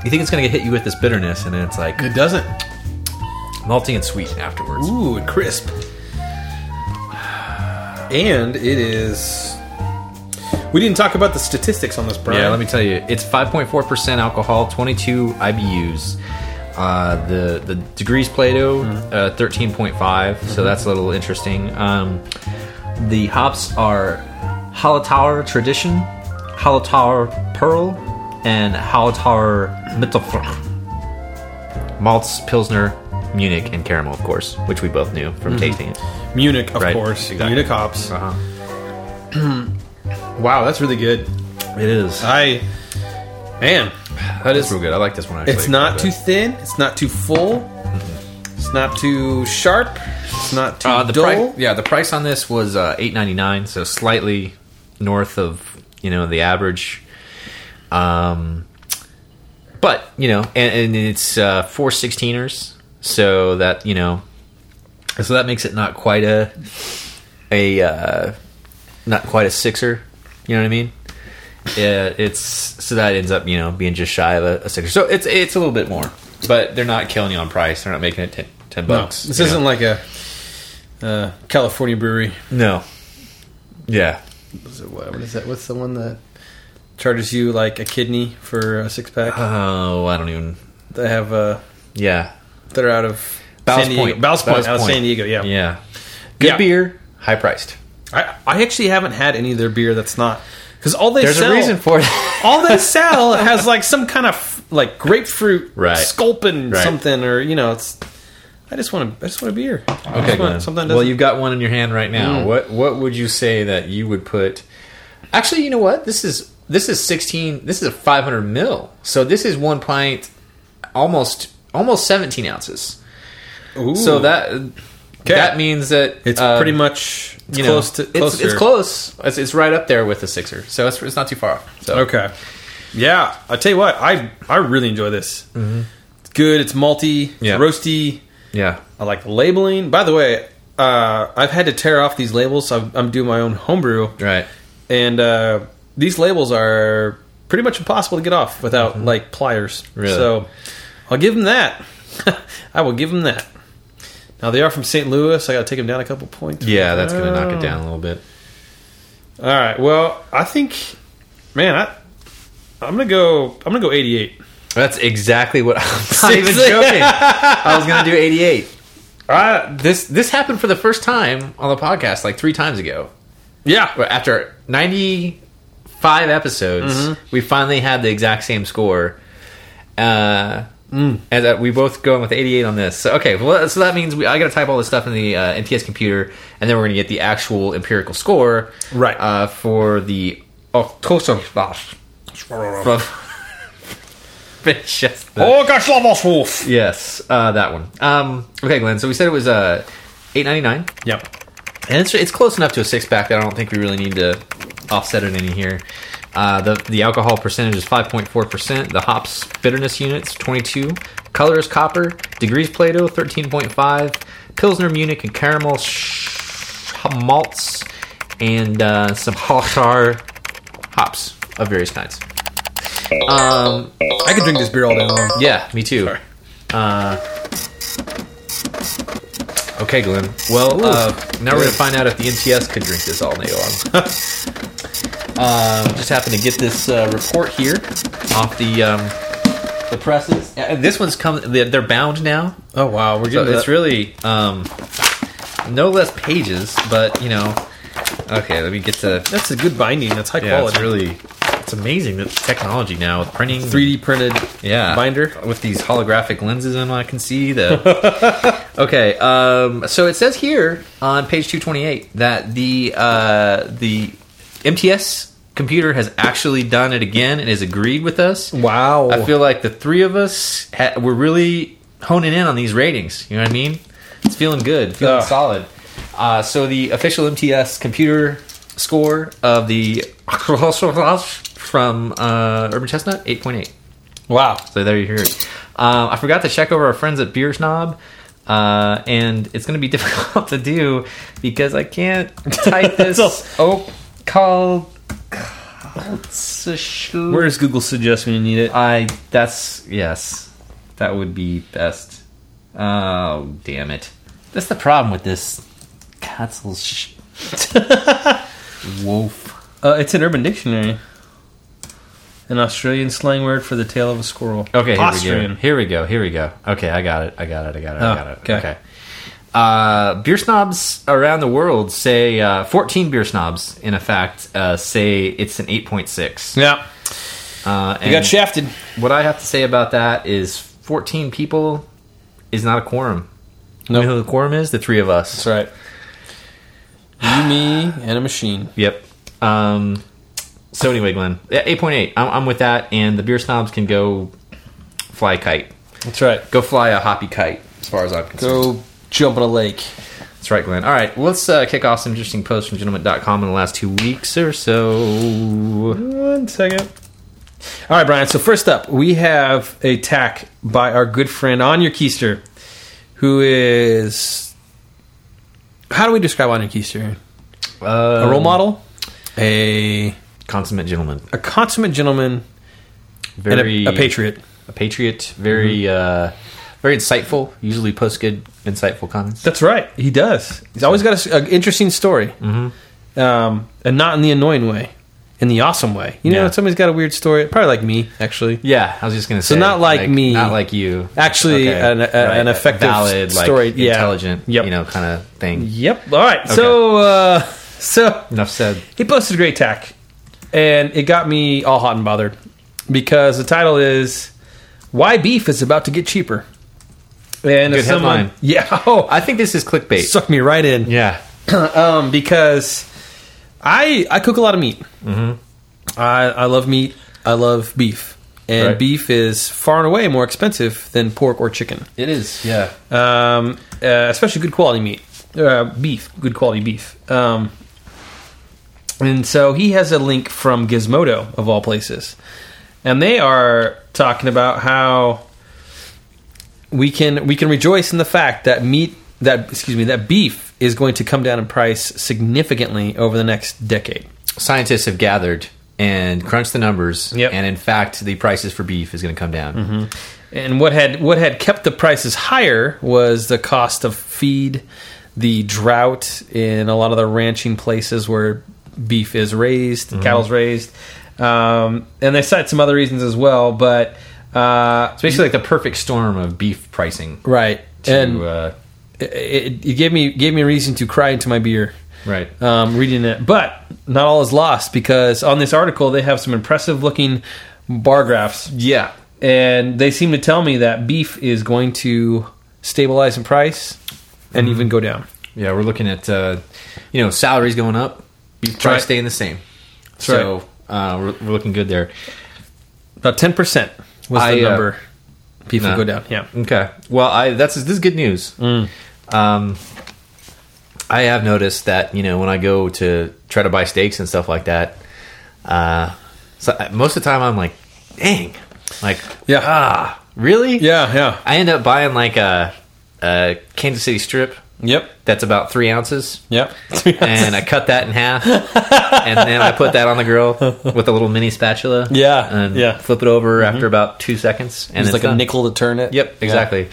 [SPEAKER 1] you think it's gonna hit you with this bitterness, and then it's like
[SPEAKER 2] It doesn't.
[SPEAKER 1] malty and sweet afterwards.
[SPEAKER 2] Ooh, and crisp. And it is. We didn't talk about the statistics on this, Brian.
[SPEAKER 1] Yeah, let me tell you, it's 5.4 percent alcohol, 22 IBUs. Uh, the the degrees Plato,
[SPEAKER 2] Mm-hmm.
[SPEAKER 1] uh, 13.5. So that's a little interesting. Um, the hops are Halotauer Tradition, Halotauer Pearl, and Halotauer Mittelfrucht. Malts, Pilsner, Munich and caramel, of course, which we both knew
[SPEAKER 2] Mm-hmm.
[SPEAKER 1] from tasting it.
[SPEAKER 2] Munich, of
[SPEAKER 1] Right,
[SPEAKER 2] course.
[SPEAKER 1] exactly.
[SPEAKER 2] Munich hops.
[SPEAKER 1] Uh-huh.
[SPEAKER 2] Wow, that's really good.
[SPEAKER 1] It is.
[SPEAKER 2] I, man,
[SPEAKER 1] that is real good. I like this one. Actually,
[SPEAKER 2] it's not
[SPEAKER 1] But-
[SPEAKER 2] too thin. It's not too full. It's not too sharp. It's not too
[SPEAKER 1] Uh, the
[SPEAKER 2] dull.
[SPEAKER 1] price, yeah, the price on this was uh, eight ninety nine, so slightly north of you know the average. Um, but you know, and, and it's uh, four sixteeners, so that you know, so that makes it not quite a a uh, not quite a sixer. You know what I mean? Yeah, it's so that ends up you know being just shy of a, a sixer. So it's it's a little bit more, but they're not killing you on price. They're not making it ten, 10
[SPEAKER 2] No,
[SPEAKER 1] bucks.
[SPEAKER 2] this
[SPEAKER 1] you know?
[SPEAKER 2] isn't like a uh, California brewery.
[SPEAKER 1] No. Yeah.
[SPEAKER 2] Is it what, what is that? What's the one that charges you like a kidney for a six pack?
[SPEAKER 1] Oh, I don't even.
[SPEAKER 2] they have uh,
[SPEAKER 1] Yeah.
[SPEAKER 2] they're out of
[SPEAKER 1] Ballast
[SPEAKER 2] San Diego.
[SPEAKER 1] Point.
[SPEAKER 2] Ballast Point
[SPEAKER 1] Ballast
[SPEAKER 2] out of
[SPEAKER 1] Point.
[SPEAKER 2] San Diego. Yeah,
[SPEAKER 1] Yeah. Good
[SPEAKER 2] Yeah.
[SPEAKER 1] beer, high priced.
[SPEAKER 2] I, I actually haven't had any of their beer that's not because all they
[SPEAKER 1] There's
[SPEAKER 2] sell
[SPEAKER 1] a reason for it.
[SPEAKER 2] all they sell has like some kind of like grapefruit
[SPEAKER 1] Right.
[SPEAKER 2] sculpin
[SPEAKER 1] Right.
[SPEAKER 2] something or you know it's I just want to I just want a beer. I just want something that
[SPEAKER 1] well,
[SPEAKER 2] doesn't-
[SPEAKER 1] you've got one in your hand right now. What What would you say that you would put? Actually, you know what? This is this is sixteen. This is a five hundred mil. So this is one pint, almost almost seventeen ounces.
[SPEAKER 2] Ooh.
[SPEAKER 1] So that that means that
[SPEAKER 2] it's
[SPEAKER 1] um,
[SPEAKER 2] pretty much it's
[SPEAKER 1] you know,
[SPEAKER 2] close to
[SPEAKER 1] it's-
[SPEAKER 2] closer.
[SPEAKER 1] It's, close. It's, it's right up there with the sixer. So it's, it's not too far off. So
[SPEAKER 2] Okay. Yeah, I tell you what, I I really enjoy this. It's good. It's malty. It's
[SPEAKER 1] Mm-hmm. Yeah.
[SPEAKER 2] roasty.
[SPEAKER 1] yeah.
[SPEAKER 2] I like the labeling. By the way, uh, I've had to tear off these labels. I'm, I'm doing my own homebrew,
[SPEAKER 1] Right.
[SPEAKER 2] and uh, these labels are pretty much impossible to get off without like pliers.
[SPEAKER 1] Mm-hmm. Really?
[SPEAKER 2] So I'll give them that. I will give them that. Now they are from St. Louis. I got to take them down a couple points.
[SPEAKER 1] Yeah, that's going to knock
[SPEAKER 2] Oh.
[SPEAKER 1] it down a little bit.
[SPEAKER 2] All right. Well, I think, man, I I'm gonna go. I'm gonna go 88.
[SPEAKER 1] That's exactly what I'm not
[SPEAKER 2] Seriously?
[SPEAKER 1] even joking. I was going to do 88.
[SPEAKER 2] I,
[SPEAKER 1] This this happened for the first time on the podcast like 3 times ago.
[SPEAKER 2] yeah.
[SPEAKER 1] But after 95 episodes,
[SPEAKER 2] Mm-hmm.
[SPEAKER 1] we finally had the exact same score. Uh
[SPEAKER 2] Mm.
[SPEAKER 1] and that we both going with 88 on this. So okay, well so that means we I got to type all this stuff in the uh, NTS computer and then we're going to get the actual empirical score
[SPEAKER 2] Right.
[SPEAKER 1] uh, for the oh, Oktoberfest. from Manchester.
[SPEAKER 2] Oh, gosh, Wolf.
[SPEAKER 1] Yes, uh, that one. Um, okay, Glenn. So we said it was uh, eight ninety nine,
[SPEAKER 2] Yep.
[SPEAKER 1] and it's it's close enough to a six pack that I don't think we really need to offset it any here. Uh, the the alcohol percentage is five point four percent. The hops bitterness units twenty two. Color is copper. Degrees Plato thirteen point five. Pilsner Munich and caramel sh- malts, and uh, some Hochar hops of various kinds. Um,
[SPEAKER 2] I could drink this beer all day long.
[SPEAKER 1] yeah, me too.
[SPEAKER 2] Sorry.
[SPEAKER 1] Uh, okay, Glenn. Well, uh, now we're gonna find out if the NTS could drink this all day long. um, just happened to get this uh, report here off the um, the presses. Yeah, and this one's come. They're they're bound now.
[SPEAKER 2] Oh wow, we're
[SPEAKER 1] So
[SPEAKER 2] getting
[SPEAKER 1] it's
[SPEAKER 2] that-
[SPEAKER 1] really um, no less pages, but you know. Okay, let me get to.
[SPEAKER 2] That's a good binding. That's high
[SPEAKER 1] Yeah, it's
[SPEAKER 2] quality.
[SPEAKER 1] really. It's amazing that technology now with printing.
[SPEAKER 2] 3D printed.
[SPEAKER 1] yeah
[SPEAKER 2] binder.
[SPEAKER 1] with these holographic lenses and i can see the okay um, so it says here on page 228 that the uh, the mts computer has actually done it again and has agreed with us
[SPEAKER 2] Wow.
[SPEAKER 1] i feel like the three of us ha- we're really honing in on these ratings you know what i mean it's feeling good feeling
[SPEAKER 2] Ugh.
[SPEAKER 1] solid uh, so the official mts computer score of the from uh, urban chestnut 8.8
[SPEAKER 2] wow.
[SPEAKER 1] so there you hear it. Um, I forgot to check over our friends at Beer Snob, uh, and it's going to be difficult to do because I can't type this. oh, call.
[SPEAKER 2] Where does Google suggest when you need it?
[SPEAKER 1] I. That's yes. That would be best. Oh damn it! That's the problem with this. Katzel. Sh- Wolf.
[SPEAKER 2] Uh, it's an Urban Dictionary. An Australian slang word for the tail of a squirrel.
[SPEAKER 1] Okay, here we go.
[SPEAKER 2] Austrian.
[SPEAKER 1] Here we go. Here we go. Okay, I got it. I got it. I got it. I
[SPEAKER 2] Oh,
[SPEAKER 1] got it.
[SPEAKER 2] okay.
[SPEAKER 1] Okay. Uh, beer snobs around the world say uh, 14 beer snobs, in effect, uh, say it's an 8.6.
[SPEAKER 2] Yeah,
[SPEAKER 1] Uh,
[SPEAKER 2] you
[SPEAKER 1] and
[SPEAKER 2] got shafted.
[SPEAKER 1] what I have to say about that is 14 people is not a quorum.
[SPEAKER 2] Nope.
[SPEAKER 1] You know who the quorum is? The three of us.
[SPEAKER 2] That's right. You, me, and a machine.
[SPEAKER 1] Yep. Um, so anyway, Glenn, yeah, 8.8. I'm, I'm with that, and the beer snobs can go fly a kite.
[SPEAKER 2] That's right.
[SPEAKER 1] Go fly a hoppy kite, as far as I'm concerned.
[SPEAKER 2] Go jump in a lake.
[SPEAKER 1] That's right, Glenn. All right, let's uh, kick off some interesting posts from gentleman.com in the last two weeks or so.
[SPEAKER 2] One second. All right, Brian. So first up, we have a tack by our good friend On Your Keister, who is how do we describe On Your Keister?
[SPEAKER 1] Uh,
[SPEAKER 2] A role model, Um, a
[SPEAKER 1] Consummate gentleman.
[SPEAKER 2] a consummate gentleman, and
[SPEAKER 1] Very
[SPEAKER 2] a, a patriot. Mm-hmm.
[SPEAKER 1] A patriot. Very, uh, very insightful. Usually posts good, insightful comments.
[SPEAKER 2] That's right. He does. He's always got an interesting story, mm-hmm. um, and not in the annoying way, in the awesome way. You know,
[SPEAKER 1] Yeah.
[SPEAKER 2] somebody's got a weird story. Probably like me, actually.
[SPEAKER 1] Yeah, I was just gonna say.
[SPEAKER 2] not like me.
[SPEAKER 1] Not like you.
[SPEAKER 2] Actually,
[SPEAKER 1] Okay.
[SPEAKER 2] an, a,
[SPEAKER 1] Right.
[SPEAKER 2] an effective
[SPEAKER 1] valid,
[SPEAKER 2] story.
[SPEAKER 1] like,
[SPEAKER 2] yeah.
[SPEAKER 1] intelligent,
[SPEAKER 2] Yep.
[SPEAKER 1] you know, kind of thing.
[SPEAKER 2] Yep. All right. So, uh, so
[SPEAKER 1] Enough said.
[SPEAKER 2] he posted a great tack, and it got me all hot and bothered because the title is "Why Beef Is About to Get Cheaper." And if
[SPEAKER 1] Good
[SPEAKER 2] someone,
[SPEAKER 1] headline.
[SPEAKER 2] yeah, oh,
[SPEAKER 1] I think this is clickbait.
[SPEAKER 2] it sucked me right in.
[SPEAKER 1] yeah,
[SPEAKER 2] um, because I I cook a lot of meat. I I love meat. I love beef, and
[SPEAKER 1] Right.
[SPEAKER 2] beef is far and away more expensive than pork or chicken
[SPEAKER 1] it is. Yeah,
[SPEAKER 2] um, uh, especially good quality meat, uh, beef, good quality beef. Um, and so he has a link from Gizmodo of all places, and they are talking about how we can we can rejoice in the fact that meat that excuse me that beef is going to come down in price significantly over the next decade.
[SPEAKER 1] scientists have gathered and crunched the numbers,
[SPEAKER 2] Yep. Mm-hmm.
[SPEAKER 1] and in fact, the prices for beef is going to come down.
[SPEAKER 2] And what had what had kept the prices higher was the cost of feed, the drought in a lot of the ranching places where beef is raised, cattle's raised, um, and they cite some other reasons as well. But uh,
[SPEAKER 1] It's basically like the perfect storm of beef pricing.
[SPEAKER 2] right,
[SPEAKER 1] To,
[SPEAKER 2] and
[SPEAKER 1] uh,
[SPEAKER 2] it, it, it gave me gave me a reason to cry into my beer
[SPEAKER 1] right.
[SPEAKER 2] um, reading it. But not all is lost because on this article they have some impressive looking bar graphs.
[SPEAKER 1] yeah,
[SPEAKER 2] and they seem to tell me that beef is going to stabilize in price and even go down.
[SPEAKER 1] yeah. We're looking at uh, you know salaries going up, beef price
[SPEAKER 2] right.
[SPEAKER 1] staying the same.
[SPEAKER 2] right.
[SPEAKER 1] so uh, we're, we're looking good there.
[SPEAKER 2] About ten percent was
[SPEAKER 1] I,
[SPEAKER 2] the
[SPEAKER 1] uh,
[SPEAKER 2] number. beef
[SPEAKER 1] No.
[SPEAKER 2] will go down. Yeah.
[SPEAKER 1] Okay. Well, I that's this is good news.
[SPEAKER 2] Mm.
[SPEAKER 1] Um, I have noticed that you know when I go to try to buy steaks and stuff like that, uh, so uh, most of the time I'm like, dang, like
[SPEAKER 2] Yeah.
[SPEAKER 1] ah, really?
[SPEAKER 2] Yeah. Yeah.
[SPEAKER 1] I end up buying like a, a Kansas City strip
[SPEAKER 2] Yep.
[SPEAKER 1] that's about three ounces.
[SPEAKER 2] Yep.
[SPEAKER 1] And I cut that in half, and then I put that on the grill with a little mini spatula.
[SPEAKER 2] Yeah,
[SPEAKER 1] and
[SPEAKER 2] yeah.
[SPEAKER 1] flip it over after about two seconds, and
[SPEAKER 2] it's like a
[SPEAKER 1] done.
[SPEAKER 2] nickel to turn it.
[SPEAKER 1] Yep, exactly.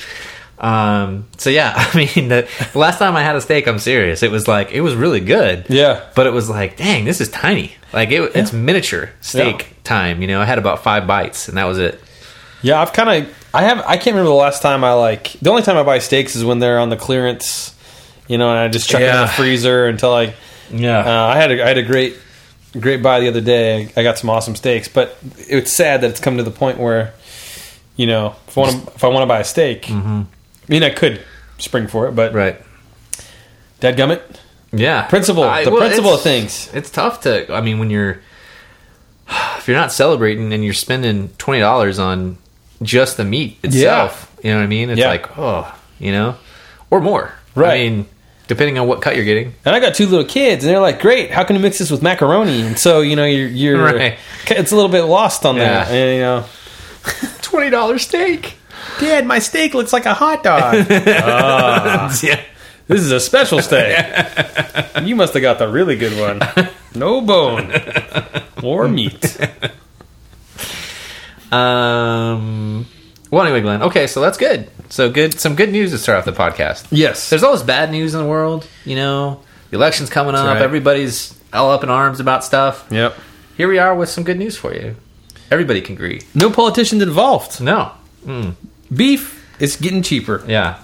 [SPEAKER 1] Um, so yeah, I mean, the, the last time I had a steak, I'm serious. It was like it was really good.
[SPEAKER 2] Yeah.
[SPEAKER 1] but it was like, dang, this is tiny. Like it, it's miniature steak
[SPEAKER 2] Yeah.
[SPEAKER 1] time. You know, I had about five bites, and that was it.
[SPEAKER 2] Yeah, I've kind of I have I can't remember the last time I like the only time I buy steaks is when they're on the clearance, you know, and I just chuck it in
[SPEAKER 1] Yeah.
[SPEAKER 2] the freezer until I
[SPEAKER 1] Yeah.
[SPEAKER 2] Uh, I had a, I had a great great buy the other day. I got some awesome steaks, but it's sad that it's come to the point where you know if I want to if I want to buy a steak, I mean I could spring for it, but
[SPEAKER 1] Mm-hmm. Right.
[SPEAKER 2] dadgummit,
[SPEAKER 1] Yeah.
[SPEAKER 2] Principle. The principle
[SPEAKER 1] it's-
[SPEAKER 2] of things.
[SPEAKER 1] It's tough to. I mean, when you're if you're not celebrating and you're spending twenty dollars on just the meat itself, you know what I mean? It's
[SPEAKER 2] Yeah.
[SPEAKER 1] like oh, you know, or more.
[SPEAKER 2] Right.
[SPEAKER 1] I mean, depending on what cut you're getting.
[SPEAKER 2] and I got two little kids, and they're like, "Great, how can you mix this with macaroni?" And so you know you're you're
[SPEAKER 1] Right.
[SPEAKER 2] it's a little bit lost on
[SPEAKER 1] Yeah.
[SPEAKER 2] that, and, you know.
[SPEAKER 1] Twenty dollar steak.
[SPEAKER 2] Dad, my steak looks like a hot dog.
[SPEAKER 1] yeah.
[SPEAKER 2] this is a special steak. you must have got the really good one. No bone or meat.
[SPEAKER 1] Um. Well, anyway, Glenn. Okay, so that's good. So good. Some good news to start off the podcast.
[SPEAKER 2] Yes,
[SPEAKER 1] There's always bad news in the world. You know, the election's coming up.
[SPEAKER 2] right.
[SPEAKER 1] Everybody's all up in arms about stuff.
[SPEAKER 2] Yep.
[SPEAKER 1] Here we are with some good news for you. Everybody can agree.
[SPEAKER 2] No politicians involved.
[SPEAKER 1] No.
[SPEAKER 2] Beef is getting cheaper.
[SPEAKER 1] Yeah.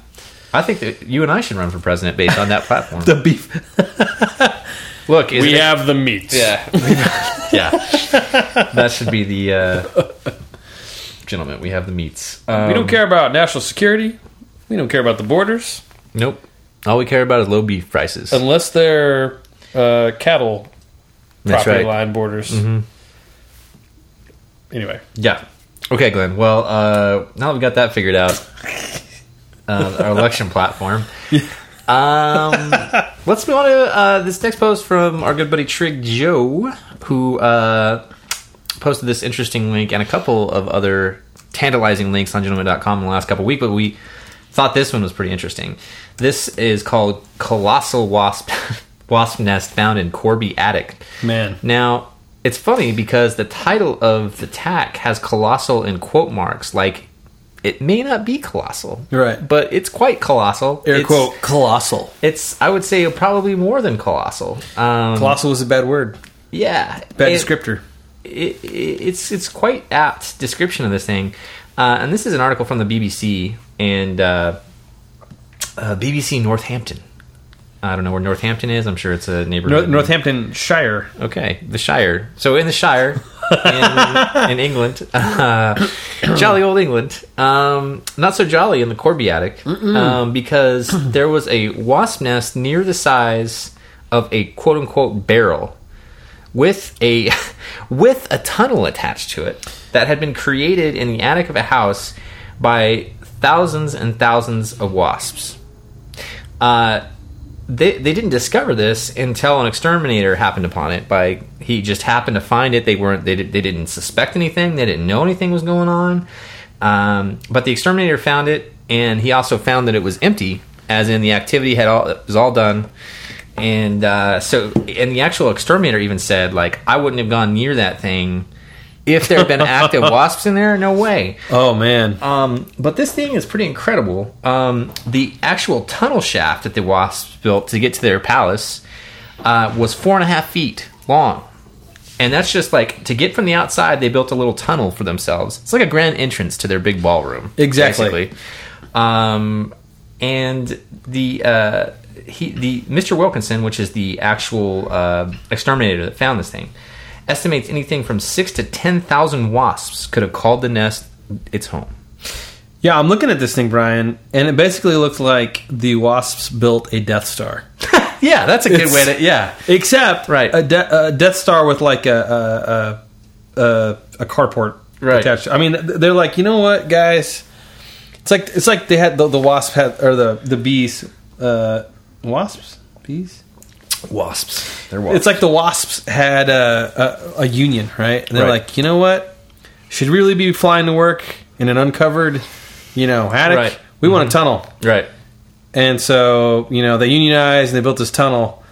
[SPEAKER 1] I think that you and I should run for president based on that platform.
[SPEAKER 2] The beef.
[SPEAKER 1] Look, is it-
[SPEAKER 2] have the meat.
[SPEAKER 1] Yeah. yeah. That should be the uh, gentlemen. We have the meats. Um,
[SPEAKER 2] we don't care about national security. We don't care about the borders
[SPEAKER 1] Nope. All we care about is low beef prices.
[SPEAKER 2] unless they're uh, cattle
[SPEAKER 1] That's
[SPEAKER 2] property
[SPEAKER 1] right.
[SPEAKER 2] line borders. Anyway,
[SPEAKER 1] Yeah. Okay, Glenn. Well, uh, now that we got that figured out, uh, our election platform. Um, let's move on to uh, this next post from our good buddy Trig Joe, who uh, posted this interesting link and a couple of other tantalizing links on gentleman.com in the last couple of weeks, but we thought this one was pretty interesting. This is called Colossal Wasp Wasp Nest Found in Corby Attic.
[SPEAKER 2] Man.
[SPEAKER 1] Now, it's funny because the title of the tack has colossal in quote marks, like it may not be colossal.
[SPEAKER 2] Right.
[SPEAKER 1] But it's quite colossal.
[SPEAKER 2] air
[SPEAKER 1] It's-
[SPEAKER 2] quote colossal.
[SPEAKER 1] It's I would say probably more than colossal. Um,
[SPEAKER 2] Colossal is a bad word.
[SPEAKER 1] yeah.
[SPEAKER 2] Bad
[SPEAKER 1] It-
[SPEAKER 2] descriptor.
[SPEAKER 1] it, it- it's it's quite apt description of this thing, uh, and this is an article from the BBC and uh, uh, BBC Northampton. I don't know where Northampton is. I'm sure it's a neighborhood.
[SPEAKER 2] North, Northampton Shire.
[SPEAKER 1] Okay, the Shire. So in the Shire, in, in England, uh, jolly old England. Um, not so jolly in the Corby attic um, because there was a wasp nest near the size of a quote unquote barrel with a with a tunnel attached to it that had been created in the attic of a house by thousands and thousands of wasps. Uh, they they didn't discover this until an exterminator happened upon it. By he just happened to find it. They weren't they did, they didn't suspect anything. They didn't know anything was going on. Um, but the exterminator found it, and he also found that it was empty, as in the activity had all it was all done. And uh, so, and the actual exterminator even said, like, I wouldn't have gone near that thing if there had been active wasps in there. No way.
[SPEAKER 2] Oh man.
[SPEAKER 1] Um, but this thing is pretty incredible. Um, the actual tunnel shaft that the wasps built to get to their palace uh, was four and a half feet long. And that's just like to get from the outside, they built a little tunnel for themselves. It's like a grand entrance to their big ballroom.
[SPEAKER 2] Exactly.
[SPEAKER 1] basically. Um, and the. Uh, he, the Mr. Wilkinson, which is the actual uh, exterminator that found this thing, estimates anything from six to ten thousand wasps could have called the nest its home.
[SPEAKER 2] Yeah, I'm looking at this thing, Brian, and it basically looked like the wasps built a Death Star.
[SPEAKER 1] Yeah, that's a good way to.
[SPEAKER 2] yeah. Except
[SPEAKER 1] Right.
[SPEAKER 2] a, de- a Death Star with like a a a, a, a carport
[SPEAKER 1] Right.
[SPEAKER 2] attached. I mean, they're like, you know what, guys? It's like it's like they had the, the wasp had or the the bees, uh, wasps, bees.
[SPEAKER 1] Wasps. They're
[SPEAKER 2] It's like the wasps had a a, a union, right? And they're
[SPEAKER 1] Right.
[SPEAKER 2] like, you know what? Should really be flying to work in an uncovered, you know, attic.
[SPEAKER 1] Right. Mm-hmm.
[SPEAKER 2] We want a tunnel.
[SPEAKER 1] right.
[SPEAKER 2] And so, you know, they unionized and they built this tunnel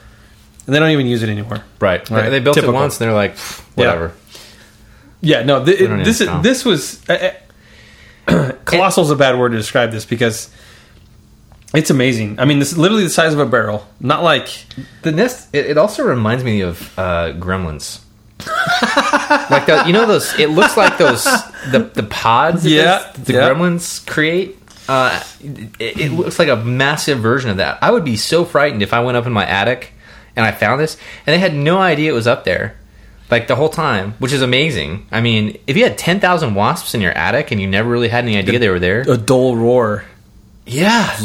[SPEAKER 2] and they don't even use it anymore.
[SPEAKER 1] Right.
[SPEAKER 2] Right.
[SPEAKER 1] They, they built
[SPEAKER 2] Typical.
[SPEAKER 1] it once and they're like, "Pfft, whatever.
[SPEAKER 2] Yeah, no, th-
[SPEAKER 1] don't
[SPEAKER 2] this
[SPEAKER 1] even know.
[SPEAKER 2] is, this was uh, uh, colossal's a bad word to describe this because it's amazing. I mean, this is literally the size of a barrel. Not like
[SPEAKER 1] The nest, it, it also reminds me of uh, gremlins. like, the, you know, those, it looks like those, the, the pods that
[SPEAKER 2] Yeah,
[SPEAKER 1] those- the
[SPEAKER 2] yeah.
[SPEAKER 1] gremlins create. Uh, it, it looks like a massive version of that. I would be so frightened if I went up in my attic and I found this and they had no idea it was up there. Like the whole time, which is amazing. I mean, if you had 10,000 wasps in your attic and you never really had any idea they were there.
[SPEAKER 2] a dull roar.
[SPEAKER 1] Yeah.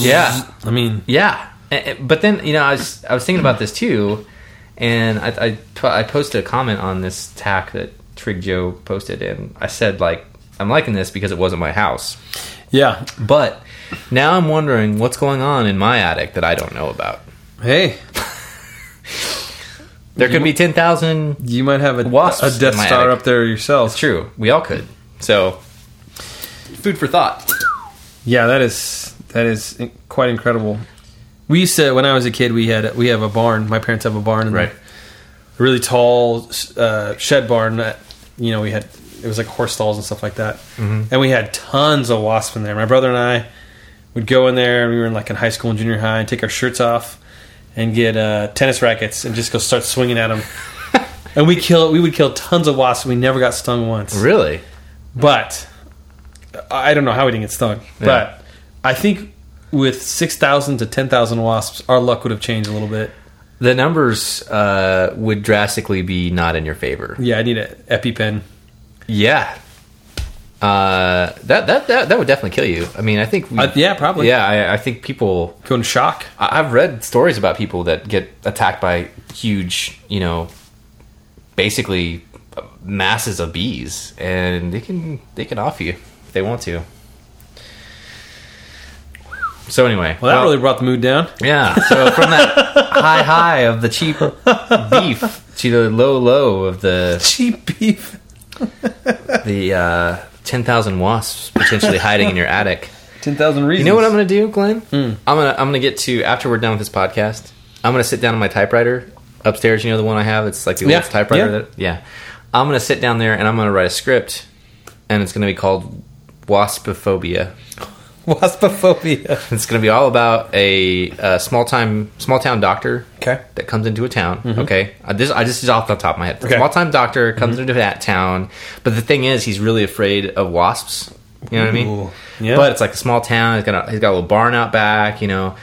[SPEAKER 1] Yeah.
[SPEAKER 2] I mean,
[SPEAKER 1] Yeah. And- and- But then, you know, I was, I was thinking about this too, and I, I, po- I posted a comment on this tack that Trig Joe posted, and I said, like, I'm liking this because it wasn't my house.
[SPEAKER 2] yeah.
[SPEAKER 1] But now I'm wondering what's going on in my attic that I don't know about.
[SPEAKER 2] Hey,
[SPEAKER 1] There could be 10,000.
[SPEAKER 2] you might have a,
[SPEAKER 1] Wasps
[SPEAKER 2] a Death
[SPEAKER 1] in my
[SPEAKER 2] Star
[SPEAKER 1] attic.
[SPEAKER 2] up there yourself.
[SPEAKER 1] True. We all could. So, food for thought.
[SPEAKER 2] Yeah, that is that is in- quite incredible. We used to when I was a kid. We had we have a barn. My parents have a barn, and
[SPEAKER 1] Right.
[SPEAKER 2] a really tall uh, shed barn. That you know we had it was like horse stalls and stuff like that, and we had tons of wasps in there. My brother and I would go in there. and We were in like in high school and junior high, and take our shirts off and get uh, tennis rackets and just go start swinging at them. and we kill we would kill tons of wasps. and We never got stung once.
[SPEAKER 1] Really?
[SPEAKER 2] But I don't know how we didn't get stung. But I think with six thousand to ten thousand wasps, our luck would have changed a little bit.
[SPEAKER 1] The numbers uh, would drastically be not in your favor.
[SPEAKER 2] Yeah, I need an EpiPen.
[SPEAKER 1] Yeah. Uh, that, that that that would definitely kill you. I mean, I think we,
[SPEAKER 2] Uh, yeah, probably.
[SPEAKER 1] Yeah, I, I think people.
[SPEAKER 2] Going to shock.
[SPEAKER 1] I- I've read stories about people that get attacked by huge, you know, basically masses of bees, and they can they can off you if they want to. So anyway,
[SPEAKER 2] Well, that really brought the mood down.
[SPEAKER 1] yeah. So from that high high of the cheap beef to the low low of the
[SPEAKER 2] Cheap beef.
[SPEAKER 1] the uh, ten thousand wasps potentially hiding in your attic.
[SPEAKER 2] 10,000 reasons.
[SPEAKER 1] You know what I'm gonna do, Glenn?
[SPEAKER 2] Hmm.
[SPEAKER 1] I'm gonna I'm gonna get to after we're done with this podcast. I'm gonna sit down on my typewriter upstairs. You know the one I have. It's like the
[SPEAKER 2] Yeah,
[SPEAKER 1] old typewriter.
[SPEAKER 2] yeah.
[SPEAKER 1] That, yeah. I'm gonna sit down there and I'm gonna write a script, and it's gonna be called Waspophobia.
[SPEAKER 2] Waspophobia.
[SPEAKER 1] It's gonna be all about a, uh small time small town doctor
[SPEAKER 2] Okay. Mm-hmm.
[SPEAKER 1] that comes into a town. Okay, uh, this I, this is off the top of my head.
[SPEAKER 2] Okay. Mm-hmm.
[SPEAKER 1] Small time doctor comes into that town, but the thing is, he's really afraid of wasps. You know what I mean?
[SPEAKER 2] Ooh, yeah.
[SPEAKER 1] But it's like a small town. He's got a, he's got a little barn out back. You know.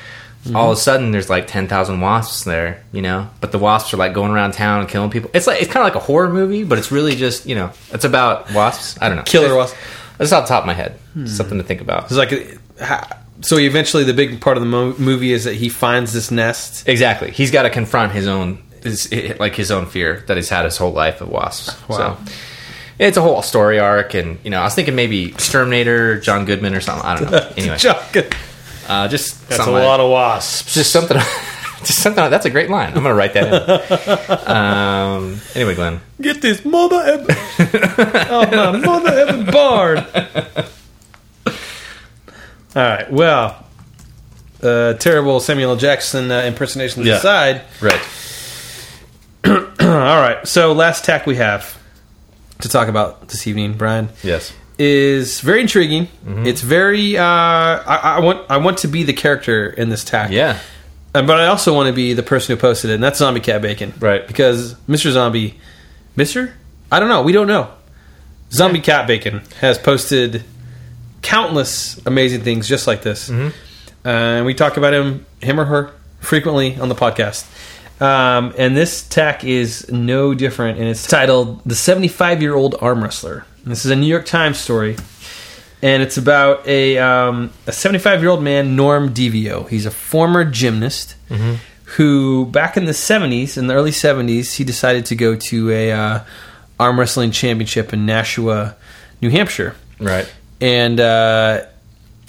[SPEAKER 2] Mm-hmm.
[SPEAKER 1] All of a sudden, there's like ten thousand wasps there, you know. But the wasps are like going around town and killing people. It's like it's kind of like a horror movie, but it's really just you know, it's about wasps. I don't know,
[SPEAKER 2] Killer wasp. Hmm.
[SPEAKER 1] That's off the top of my head, something to think about.
[SPEAKER 2] It's like, uh, ha- so eventually the big part of the mo- movie is that he finds this nest.
[SPEAKER 1] Exactly. He's got to confront his own, his, like his own fear that he's had his whole life of wasps.
[SPEAKER 2] Wow.
[SPEAKER 1] So it's a whole story arc, and you know, I was thinking maybe Exterminator, John Goodman, or something. I don't know. Anyway,
[SPEAKER 2] Chuck.
[SPEAKER 1] uh, just
[SPEAKER 3] That's a
[SPEAKER 1] something like-
[SPEAKER 3] lot of wasps.
[SPEAKER 1] Just something. Just something. That's a great line. I'm gonna write that in. um, anyway, Glenn.
[SPEAKER 2] Get this mother ever oh my mother ever barn. All right. Well, uh, terrible Samuel L. Jackson uh, impersonations
[SPEAKER 1] Yeah.
[SPEAKER 2] aside.
[SPEAKER 1] Right.
[SPEAKER 2] All right. So last tack we have to talk about this evening, Brian,
[SPEAKER 1] Yes.
[SPEAKER 2] is very intriguing. It's very. Uh, I, I want. I want to be the character in this tack.
[SPEAKER 1] Yeah.
[SPEAKER 2] Uh, but I also want to be the person who posted it, and that's Zombie Cat Bacon.
[SPEAKER 1] Right.
[SPEAKER 2] Because Mr. Zombie. Mr.? I don't know. We don't know. Zombie Cat Bacon has posted countless amazing things just like this. Uh, and we talk about him, him or her, frequently on the podcast. Um, and this tack is no different, and it's titled The 75 Year Old Arm Wrestler. And this is a New York Times story and it's about a um, a 75 year old man, Norm Devio. He's a former gymnast who, back in the 70s, in the early 70s, he decided to go to a uh, arm wrestling championship in Nashua, New Hampshire,
[SPEAKER 1] Right.
[SPEAKER 2] and uh,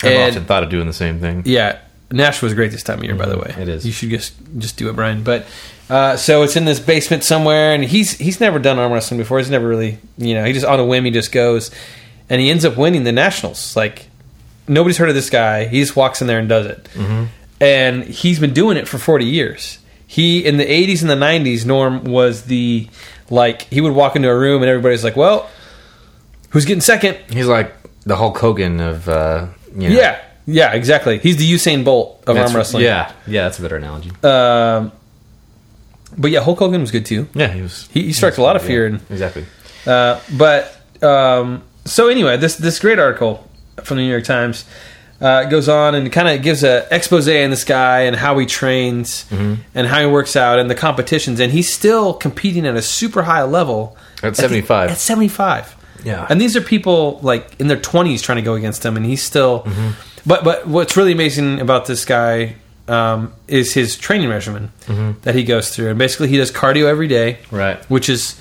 [SPEAKER 1] I've
[SPEAKER 2] and-
[SPEAKER 1] often thought of doing the same thing.
[SPEAKER 2] yeah, Nashua is great this time of year, by the way.
[SPEAKER 1] Mm-hmm. it is.
[SPEAKER 2] You should just just do it, Brian. But uh, so it's in this basement somewhere, and he's he's never done arm wrestling before. He's never really, you know, he just on a whim he just goes, and he ends up winning the nationals. Like nobody's heard of this guy. He just walks in there and does it,
[SPEAKER 1] Mm-hmm.
[SPEAKER 2] and he's been doing it for forty years. He in the '80s and the '90s, Norm was the like he would walk into a room and everybody's like, "Well, who's getting second?
[SPEAKER 1] He's like the Hulk Hogan of. Uh, you know,
[SPEAKER 2] Yeah, yeah, exactly. He's the Usain Bolt of
[SPEAKER 1] That's-
[SPEAKER 2] arm wrestling.
[SPEAKER 1] Yeah. Yeah. That's a better analogy.
[SPEAKER 2] Um, but yeah, Hulk Hogan was good too.
[SPEAKER 1] yeah. He was.
[SPEAKER 2] He, he struck a lot of fear.
[SPEAKER 1] yeah,
[SPEAKER 2] And,
[SPEAKER 1] Exactly.
[SPEAKER 2] uh, but um, so anyway, this this great article from the New York Times uh, goes on and kind of gives a expose on this guy and how he trains
[SPEAKER 1] Mm-hmm.
[SPEAKER 2] and how he works out and the competitions, and he's still competing at a super high level
[SPEAKER 1] At
[SPEAKER 2] the-
[SPEAKER 1] 75.
[SPEAKER 2] At seventy five.
[SPEAKER 1] Yeah.
[SPEAKER 2] And these are people like in their twenties trying to go against him, and he's still.
[SPEAKER 1] Mm-hmm.
[SPEAKER 2] But but what's really amazing about this guy um, is his training regimen
[SPEAKER 1] Mm-hmm.
[SPEAKER 2] that he goes through, and basically he does cardio every day,
[SPEAKER 1] Right.
[SPEAKER 2] Which is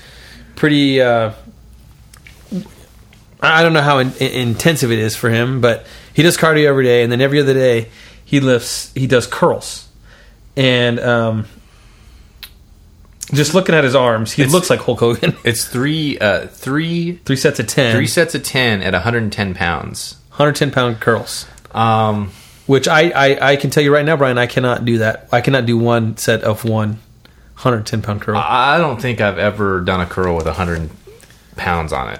[SPEAKER 2] pretty. Uh, I I don't know how in, in- intensive it is for him, but he does cardio every day, and then every other day he lifts. He does curls, and um, just looking at his arms, he
[SPEAKER 1] It's-
[SPEAKER 2] looks like Hulk Hogan.
[SPEAKER 1] It's three. Uh, three.
[SPEAKER 2] Three sets of ten.
[SPEAKER 1] Three sets of ten at 110 pounds.
[SPEAKER 2] 110 pound curls
[SPEAKER 1] Um,
[SPEAKER 2] which I, I i can tell you right now brian i cannot do that i cannot do one set of one 110 pound curl
[SPEAKER 1] I I don't think I've ever done a curl with 100 pounds on it.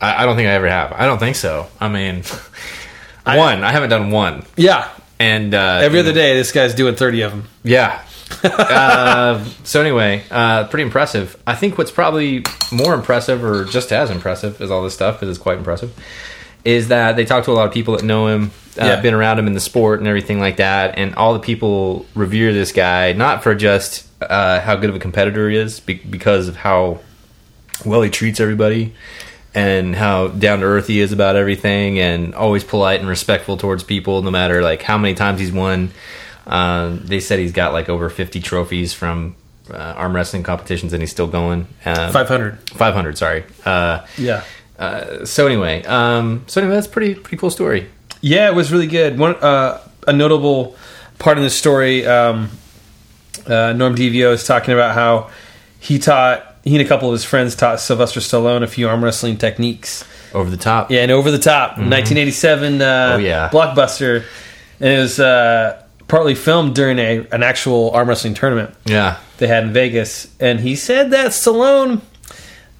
[SPEAKER 1] I, I don't think I ever have. I don't think so. I mean, one. I haven't done one.
[SPEAKER 2] yeah
[SPEAKER 1] And uh,
[SPEAKER 2] every
[SPEAKER 1] you
[SPEAKER 2] other day this guy's doing 30 of them
[SPEAKER 1] Yeah. uh, so anyway, uh, pretty impressive. I think what's probably more impressive, or just as impressive as all this stuff, because it's quite impressive, is that they talk to a lot of people that know him, uh,
[SPEAKER 2] Yeah.
[SPEAKER 1] been around him in the sport and everything like that, and all the people revere this guy not for just uh, how good of a competitor he is, be- because of how well he treats everybody and how down to earth he is about everything, and always polite and respectful towards people, no matter like how many times he's won. Um, they said he's got like over fifty trophies from uh, arm wrestling competitions, and he's still going. Um,
[SPEAKER 2] Five hundred.
[SPEAKER 1] Five hundred, sorry. Uh,
[SPEAKER 2] Yeah.
[SPEAKER 1] uh, so anyway, um, so anyway, that's a pretty pretty cool story.
[SPEAKER 2] Yeah, it was really good. One uh, a notable part in the story, um, uh, Norm Devio is talking about how he taught he and a couple of his friends taught Sylvester Stallone a few arm wrestling techniques.
[SPEAKER 1] Over the top.
[SPEAKER 2] Yeah, and over the top, 1987
[SPEAKER 1] Mm-hmm.
[SPEAKER 2] uh,
[SPEAKER 1] Oh, yeah.
[SPEAKER 2] blockbuster, and it was uh, partly filmed during a an actual arm wrestling tournament
[SPEAKER 1] Yeah.
[SPEAKER 2] they had in Vegas, and he said that Stallone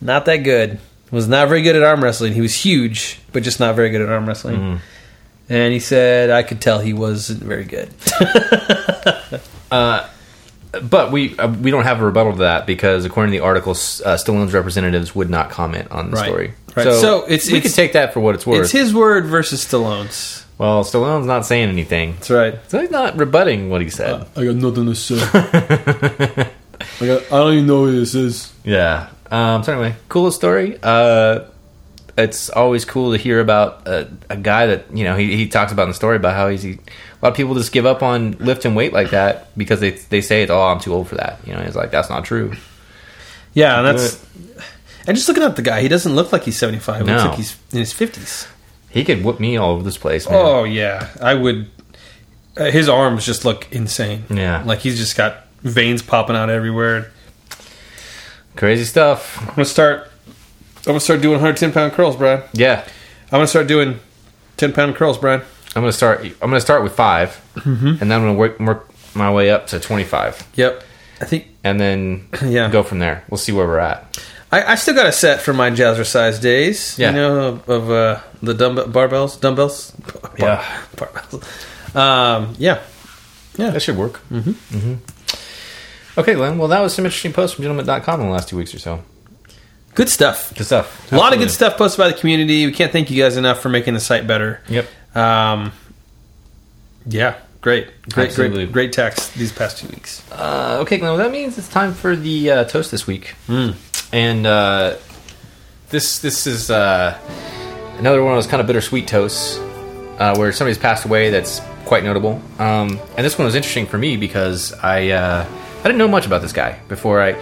[SPEAKER 2] not that good was not very good at arm wrestling. He was huge, but just not very good at arm wrestling. And he said I could tell he wasn't very good.
[SPEAKER 1] But we uh, we don't have a rebuttal to that because according to the article, S- uh, Stallone's representatives would not comment on the
[SPEAKER 2] Right.
[SPEAKER 1] story.
[SPEAKER 2] Right.
[SPEAKER 1] So,
[SPEAKER 2] So it's-
[SPEAKER 1] we
[SPEAKER 2] it's-
[SPEAKER 1] can take that for what it's worth.
[SPEAKER 2] It's his word versus Stallone's.
[SPEAKER 1] well, Stallone's not saying anything,
[SPEAKER 2] That's right.
[SPEAKER 1] so he's not rebutting what he said.
[SPEAKER 3] Uh, I got nothing to say. I, got, I don't even know who this is.
[SPEAKER 1] Yeah. Um, so anyway, coolest story. Uh, it's always cool to hear about a, a guy that you know he, he talks about in the story about how he's he, a lot of people just give up on lifting weight like that because they they say oh I'm too old for that you know he's like that's not true
[SPEAKER 2] Yeah, and that's. And just looking at the guy, he doesn't look like he's 75. He looks
[SPEAKER 1] No.
[SPEAKER 2] like he's in his 50s.
[SPEAKER 1] he could whoop me all over this place man.
[SPEAKER 2] Oh yeah, I would. Uh, his arms just look insane.
[SPEAKER 1] Yeah.
[SPEAKER 2] like he's just got veins popping out everywhere.
[SPEAKER 1] crazy stuff
[SPEAKER 2] I'm gonna start. I'm gonna start doing 110 pound curls, Brian.
[SPEAKER 1] yeah
[SPEAKER 2] I'm gonna start doing 10 pound curls, Brian.
[SPEAKER 1] I'm gonna start I'm gonna start with 5
[SPEAKER 2] Mm-hmm.
[SPEAKER 1] and then I'm gonna work, work my way up to 25
[SPEAKER 2] Yep. I think
[SPEAKER 1] and then
[SPEAKER 2] Yeah.
[SPEAKER 1] go from there we'll see where we're at
[SPEAKER 2] I, I still got a set from my jazzercise days.
[SPEAKER 1] Yeah.
[SPEAKER 2] You know of, of uh, the dumbbell barbells, dumbbells. Bar-
[SPEAKER 1] Yeah.
[SPEAKER 2] Barbells. Um. Yeah.
[SPEAKER 1] that should work mm-hmm. Mm-hmm. okay Glenn well that was some interesting posts from gentleman.com in the last two weeks or so
[SPEAKER 2] Good stuff.
[SPEAKER 1] Good stuff.
[SPEAKER 2] A lot of good stuff posted by the community. We can't thank you guys enough for making the site better.
[SPEAKER 1] Yep.
[SPEAKER 2] Um, yeah, great, great,
[SPEAKER 1] Absolutely.
[SPEAKER 2] great, great text these past two weeks.
[SPEAKER 1] Uh, okay, Glenn. Well, that means it's time for the uh, toast this week. And uh, this this is uh, another one of those kind of bittersweet toasts uh, where somebody's passed away that's quite notable. Um, and this one was interesting for me because I uh, I didn't know much about this guy before I.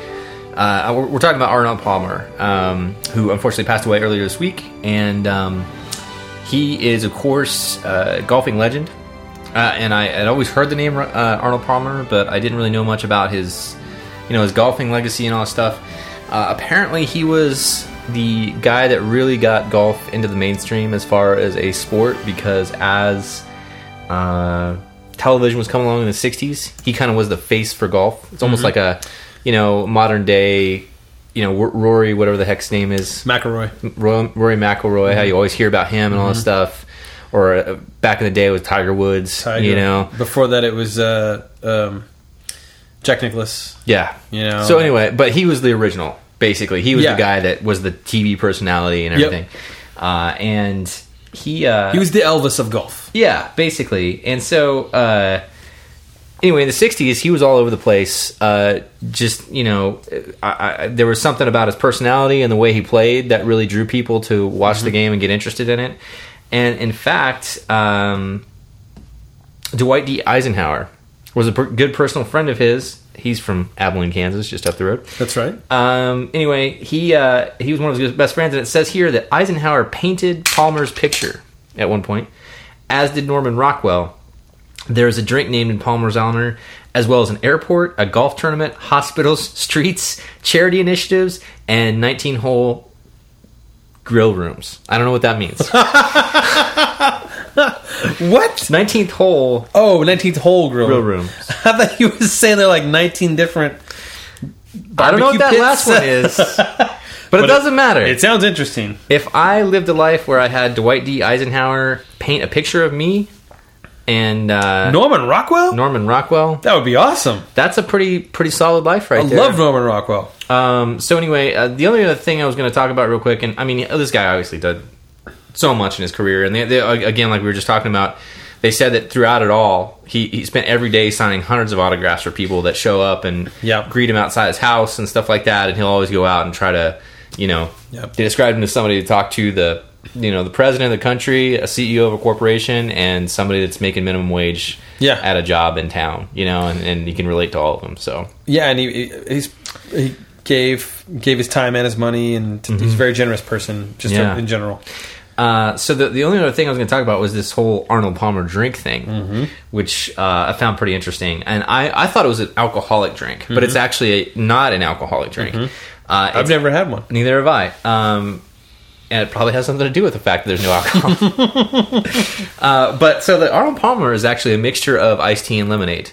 [SPEAKER 1] Uh, I- we're- we're talking about Arnold Palmer, um, who unfortunately passed away earlier this week, and um, he is, of course, uh, golfing legend. Uh, and I had always heard the name uh, Arnold Palmer, but I didn't really know much about his, you know, his golfing legacy and all that stuff. Uh, apparently, he was the guy that really got golf into the mainstream as far as a sport because as uh, television was coming along in the '60s, he kind of was the face for golf. It's almost like a, you know, modern day, you know, Rory, whatever the heck's name is,
[SPEAKER 2] McElroy.
[SPEAKER 1] Roy, Rory McIlroy, how you always hear about him and all
[SPEAKER 2] Mm-hmm.
[SPEAKER 1] this stuff. Or uh, back in the day with Tiger Woods,
[SPEAKER 2] Tiger.
[SPEAKER 1] you know,
[SPEAKER 2] Before that, it was uh, um, Jack Nicholas.
[SPEAKER 1] yeah,
[SPEAKER 2] You know.
[SPEAKER 1] So anyway, but he was the original. Basically, he was
[SPEAKER 2] Yeah.
[SPEAKER 1] the guy that was the TV personality and
[SPEAKER 2] Yep.
[SPEAKER 1] everything, uh, and he uh,
[SPEAKER 2] He was the Elvis of golf.
[SPEAKER 1] Yeah, basically. And so, uh, anyway, in the '60s, he was all over the place. Uh, just you know, I, I, there was something about his personality and the way he played that really drew people to watch the game and get interested in it. And in fact, um, Dwight D. Eisenhower was a per- good personal friend of his. He's from Abilene, Kansas, just up the road.
[SPEAKER 2] That's right.
[SPEAKER 1] Um, anyway, he uh, he was one of his best friends, and it says here that Eisenhower painted Palmer's picture at one point, as did Norman Rockwell. There is a drink named in Palmer's honor, as well as an airport, a golf tournament, hospitals, streets, charity initiatives, and 19 hole grill rooms. I don't know what that means.
[SPEAKER 2] What?
[SPEAKER 1] 19th hole
[SPEAKER 2] Oh, 19th hole grill.
[SPEAKER 1] grill rooms.
[SPEAKER 2] I thought you were saying they're like 19 different.
[SPEAKER 1] I don't know what that
[SPEAKER 2] Barbecue
[SPEAKER 1] last
[SPEAKER 2] pits.
[SPEAKER 1] one is, but, it doesn't matter.
[SPEAKER 2] It sounds interesting.
[SPEAKER 1] If I lived a life where I had Dwight D. Eisenhower paint a picture of me and uh,
[SPEAKER 2] Norman Rockwell?
[SPEAKER 1] Norman Rockwell,
[SPEAKER 2] That would be awesome.
[SPEAKER 1] that's a pretty pretty solid life right
[SPEAKER 2] I
[SPEAKER 1] there.
[SPEAKER 2] love Norman Rockwell.
[SPEAKER 1] Um, so anyway, uh, the only other thing I was going to talk about real quick, and I mean, this guy obviously did so much in his career, and they, they, uh, again, like we were just talking about, they said that throughout it all, he, he spent every day signing hundreds of autographs for people that show up and
[SPEAKER 2] Yeah.
[SPEAKER 1] greet him outside his house and stuff like that, and he'll always go out and try to, you know,
[SPEAKER 2] Yep.
[SPEAKER 1] They described him as somebody to talk to the you know the president of the country, a CEO of a corporation, and somebody that's making minimum wage
[SPEAKER 2] Yeah.
[SPEAKER 1] at a job in town. You know, and, and you can relate to all of them. So
[SPEAKER 2] Yeah, and he he- he's he gave gave his time and his money, and t- he's a very generous person just
[SPEAKER 1] Mm-hmm. Yeah.
[SPEAKER 2] in general.
[SPEAKER 1] Uh, so the, the only other thing I was going to talk about was this whole Arnold Palmer drink thing, which uh, I found pretty interesting. And I, I thought it was an alcoholic drink, but it's actually a, not an alcoholic drink. Uh,
[SPEAKER 2] I've
[SPEAKER 1] it's-
[SPEAKER 2] never had one.
[SPEAKER 1] Neither have I. Um, and it probably has something to do with the fact that there's no alcohol. uh, but so the Arnold Palmer is actually a mixture of iced tea and lemonade.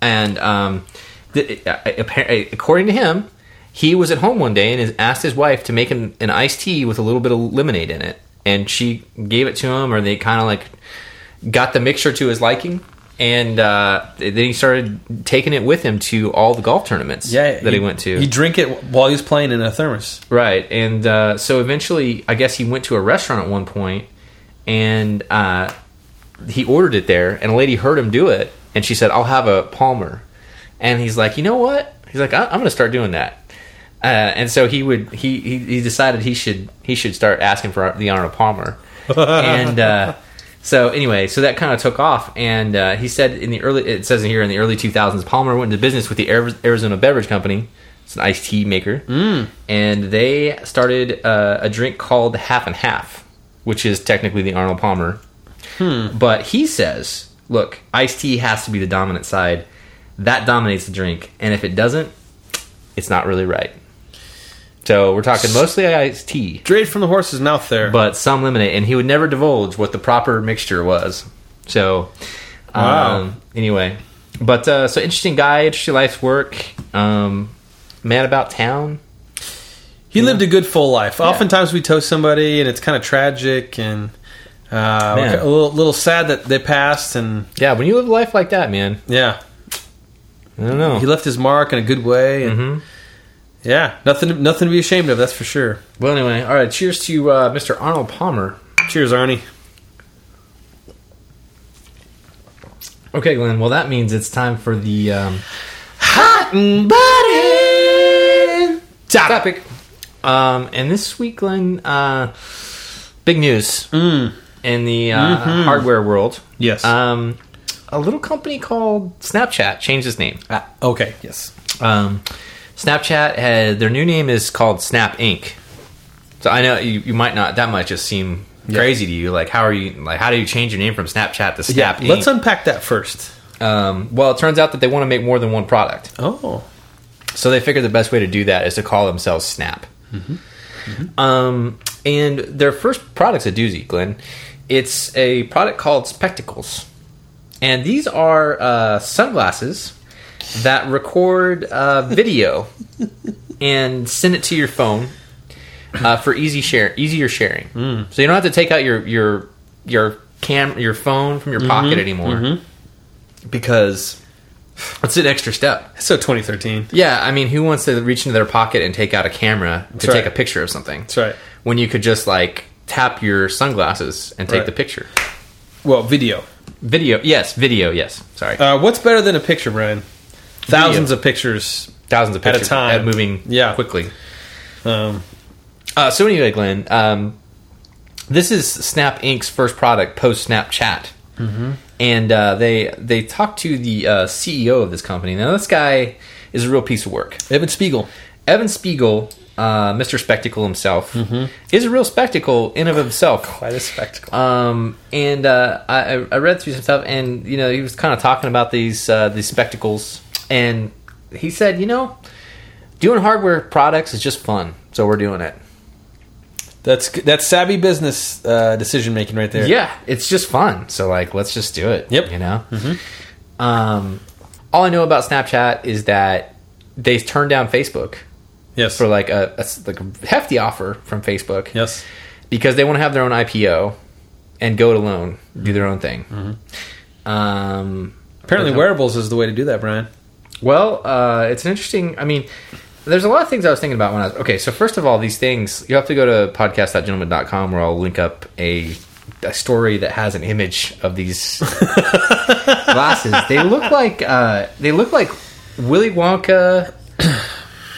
[SPEAKER 1] And um, th- uh, appa- according to him, he was at home one day and has asked his wife to make him an iced tea with a little bit of lemonade in it. And she gave it to him, or they kind of like got the mixture to his liking. And uh, then he started taking it with him to all the golf tournaments
[SPEAKER 2] Yeah,
[SPEAKER 1] that he, went to.
[SPEAKER 2] He drank it while he was playing in a thermos.
[SPEAKER 1] Right, and uh, so eventually, I guess he went to a restaurant at one point, and uh, he ordered it there, and a lady heard him do it, and she said, "I'll have a Palmer," and he's like, "You know what?" He's like, I- "I'm going to start doing that," uh, and so he would he, he he decided he should he should start asking for the Arnold Palmer, and. Uh, so anyway, so that kind of took off, and uh, he said in the early it says here in the early 2000s, Palmer went into business with the Ari- Arizona Beverage Company. It's an iced tea maker, mm. and they started uh, a drink called Half and Half, which is technically the Arnold Palmer. But he says, look, iced tea has to be the dominant side. That dominates the drink, and if it doesn't, it's not really right. So we're talking mostly iced tea
[SPEAKER 2] Straight from the horse's mouth there.
[SPEAKER 1] but some lemonade, and he would never divulge what the proper mixture was. So, um,
[SPEAKER 2] Wow.
[SPEAKER 1] anyway, but uh, so interesting guy, interesting life's work. Um, mad about town.
[SPEAKER 2] he lived a good full life. Oftentimes we toast somebody, and it's kind of tragic and uh,
[SPEAKER 1] Man.
[SPEAKER 2] a little, little sad that they passed. And
[SPEAKER 1] Yeah, when you live a life like that, man,
[SPEAKER 2] yeah,
[SPEAKER 1] I don't know.
[SPEAKER 2] he left his mark in a good way. And yeah, nothing nothing to be ashamed of. That's for sure.
[SPEAKER 1] Well, anyway, all right. Cheers to uh, Mr. Arnold Palmer.
[SPEAKER 2] Cheers, Arnie.
[SPEAKER 1] Okay, Glenn. Well, that means it's time for the um, hot and button topic. Um, and this week, Glenn, uh, big news
[SPEAKER 2] Mm.
[SPEAKER 1] in the uh,
[SPEAKER 2] Mm-hmm.
[SPEAKER 1] hardware world.
[SPEAKER 2] Yes.
[SPEAKER 1] Um, a little company called Snapchat changed its name.
[SPEAKER 2] Ah. okay. Yes.
[SPEAKER 1] Um, Snapchat had their new name is called Snap Inc. So I know you, you might not that might just seem crazy to you. Like how are you like how do you change your name from Snapchat to
[SPEAKER 2] Yeah.
[SPEAKER 1] Snap Inc?
[SPEAKER 2] Let's unpack that first.
[SPEAKER 1] Um, well, it turns out that they want to make more than one product.
[SPEAKER 2] Oh.
[SPEAKER 1] So they figured the best way to do that is to call themselves Snap. Um, and their first product's a doozy, Glenn. It's a product called Spectacles. And these are uh, sunglasses that record uh, video and send it to your phone uh, for easy share, easier sharing. So you don't have to take out your your your cam your phone from your pocket anymore because it's an extra step.
[SPEAKER 2] So 2013.
[SPEAKER 1] Yeah, I mean, who wants to reach into their pocket and take out a camera to
[SPEAKER 2] right.
[SPEAKER 1] take a picture of something? That's
[SPEAKER 2] right.
[SPEAKER 1] When you could just like tap your sunglasses and take
[SPEAKER 2] Right.
[SPEAKER 1] the picture.
[SPEAKER 2] Well, video.
[SPEAKER 1] Video, yes, video, yes. Sorry,
[SPEAKER 2] Uh, what's better than a picture, Brian? Thousands of pictures.
[SPEAKER 1] thousands of
[SPEAKER 2] at a
[SPEAKER 1] pictures
[SPEAKER 2] time.
[SPEAKER 1] uh, moving
[SPEAKER 2] Yeah.
[SPEAKER 1] quickly.
[SPEAKER 2] Um,
[SPEAKER 1] Uh, so anyway, Glenn, um, this is Snap Inc.'s first product post Snapchat,
[SPEAKER 2] Mm-hmm.
[SPEAKER 1] and uh, they they talked to the uh, CEO of this company. Now this guy is a real piece of work.
[SPEAKER 2] Evan Spiegel.
[SPEAKER 1] Evan Spiegel, uh, Mr. Spectacle himself, is a real spectacle in of himself.
[SPEAKER 2] Mm-hmm. Quite a spectacle.
[SPEAKER 1] Um, and uh, I, I- I read through some stuff, and you know, he was kind of talking about these uh, these spectacles, and he said, you know, doing hardware products is just fun, so we're doing it.
[SPEAKER 2] That's that's savvy business uh, decision making right there.
[SPEAKER 1] Yeah, it's just fun. So like, let's just do it.
[SPEAKER 2] Yep. Mm-hmm.
[SPEAKER 1] You know. Um, all I know about Snapchat is that they turned down Facebook
[SPEAKER 2] Yes.
[SPEAKER 1] for like a, a s- like a hefty offer from Facebook.
[SPEAKER 2] yes.
[SPEAKER 1] because they want to have their own IPO and go it alone, do their own thing. Um,
[SPEAKER 2] Apparently,
[SPEAKER 1] Okay.
[SPEAKER 2] wearables is the way to do that, Brian.
[SPEAKER 1] well, uh, it's an interesting. I mean, there's a lot of things I was thinking about when I was okay. So first of all, these things you have to go to podcast.gentleman.com where I'll link up a, a story that has an image of these glasses. They look like uh, they look like Willy Wonka.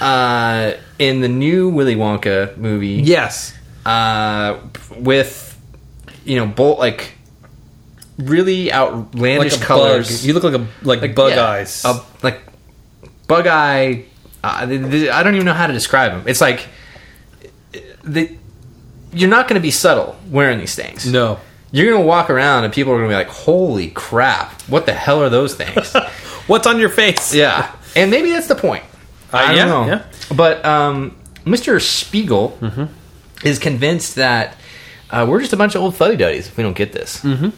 [SPEAKER 1] Uh, in the new Willy Wonka movie.
[SPEAKER 2] Yes.
[SPEAKER 1] uh, with you know bolt like really outlandish
[SPEAKER 2] Like a
[SPEAKER 1] colors.
[SPEAKER 2] bug. You look like a like, bug
[SPEAKER 1] yeah,
[SPEAKER 2] eyes.
[SPEAKER 1] a- like bug eye. Uh, th- th- I don't even know how to describe them. It's like uh, the, you're not going to be subtle wearing these things.
[SPEAKER 2] no.
[SPEAKER 1] You're going to walk around and people are going to be like, "Holy crap! What the hell are those things?"
[SPEAKER 2] What's on your face?
[SPEAKER 1] yeah, and maybe that's the point. I don't
[SPEAKER 2] yeah,
[SPEAKER 1] know.
[SPEAKER 2] yeah.
[SPEAKER 1] But um, Mr. Spiegel is convinced that uh, we're just a bunch of old fuddy duddies if we don't get this. Mm-hmm.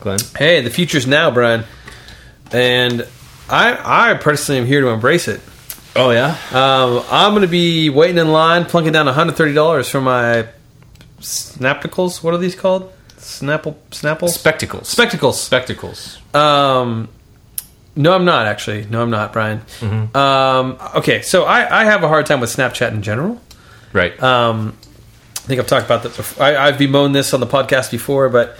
[SPEAKER 1] Glenn?
[SPEAKER 2] Hey, the future's now, Brian. And I I personally am here to embrace it.
[SPEAKER 1] Oh, yeah?
[SPEAKER 2] Um, I'm going to be waiting in line, plunking down $130 for my snapticles. What are these called? Snapple, Snapple?
[SPEAKER 1] Spectacles.
[SPEAKER 2] spectacles.
[SPEAKER 1] Spectacles.
[SPEAKER 2] Um, no, I'm not actually. No, I'm not, Brian.
[SPEAKER 1] Mm-hmm.
[SPEAKER 2] Um, okay, so I, I have a hard time with Snapchat in general.
[SPEAKER 1] Right.
[SPEAKER 2] Um, I think I've talked about that. Before. I, I've bemoaned this on the podcast before, but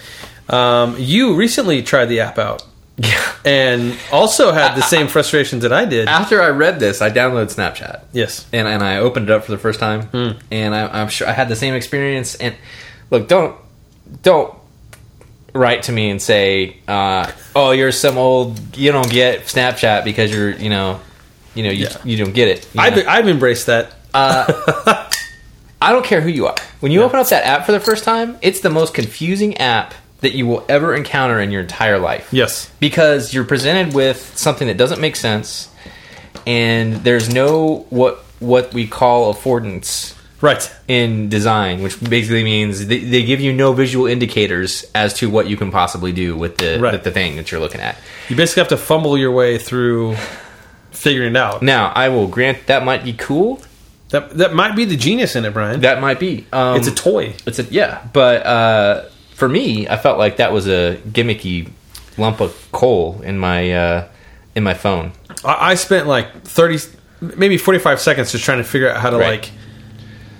[SPEAKER 2] um, you recently tried the app out
[SPEAKER 1] Yeah.
[SPEAKER 2] and also had the same frustrations that I did.
[SPEAKER 1] After I read this, I downloaded Snapchat.
[SPEAKER 2] Yes.
[SPEAKER 1] and, and I opened it up for the first time, and I, I'm sure I had the same experience. And look, don't don't write to me and say, uh, "Oh, you're some old you don't get Snapchat because you're you know you know you,
[SPEAKER 2] Yeah.
[SPEAKER 1] you don't get it." you know?
[SPEAKER 2] I've, I've embraced that.
[SPEAKER 1] I don't care who you are. When you open up that app for the first time, it's the most confusing app that you will ever encounter in your entire life.
[SPEAKER 2] Yes.
[SPEAKER 1] Because you're presented with something that doesn't make sense and there's no what what we call affordance
[SPEAKER 2] Right.
[SPEAKER 1] in design, which basically means they, they give you no visual indicators as to what you can possibly do with the
[SPEAKER 2] Right.
[SPEAKER 1] with the thing that you're looking at.
[SPEAKER 2] You basically have to fumble your way through figuring it out.
[SPEAKER 1] Now, I will grant that might be cool.
[SPEAKER 2] That, that might be the genius in it, Brian.
[SPEAKER 1] That might be. Um,
[SPEAKER 2] it's a toy.
[SPEAKER 1] It's a yeah, but uh, for me, I felt like that was a gimmicky lump of coal in my uh, in my phone.
[SPEAKER 2] I, I spent like 30, maybe 45 seconds just trying to figure out how to
[SPEAKER 1] Right.
[SPEAKER 2] like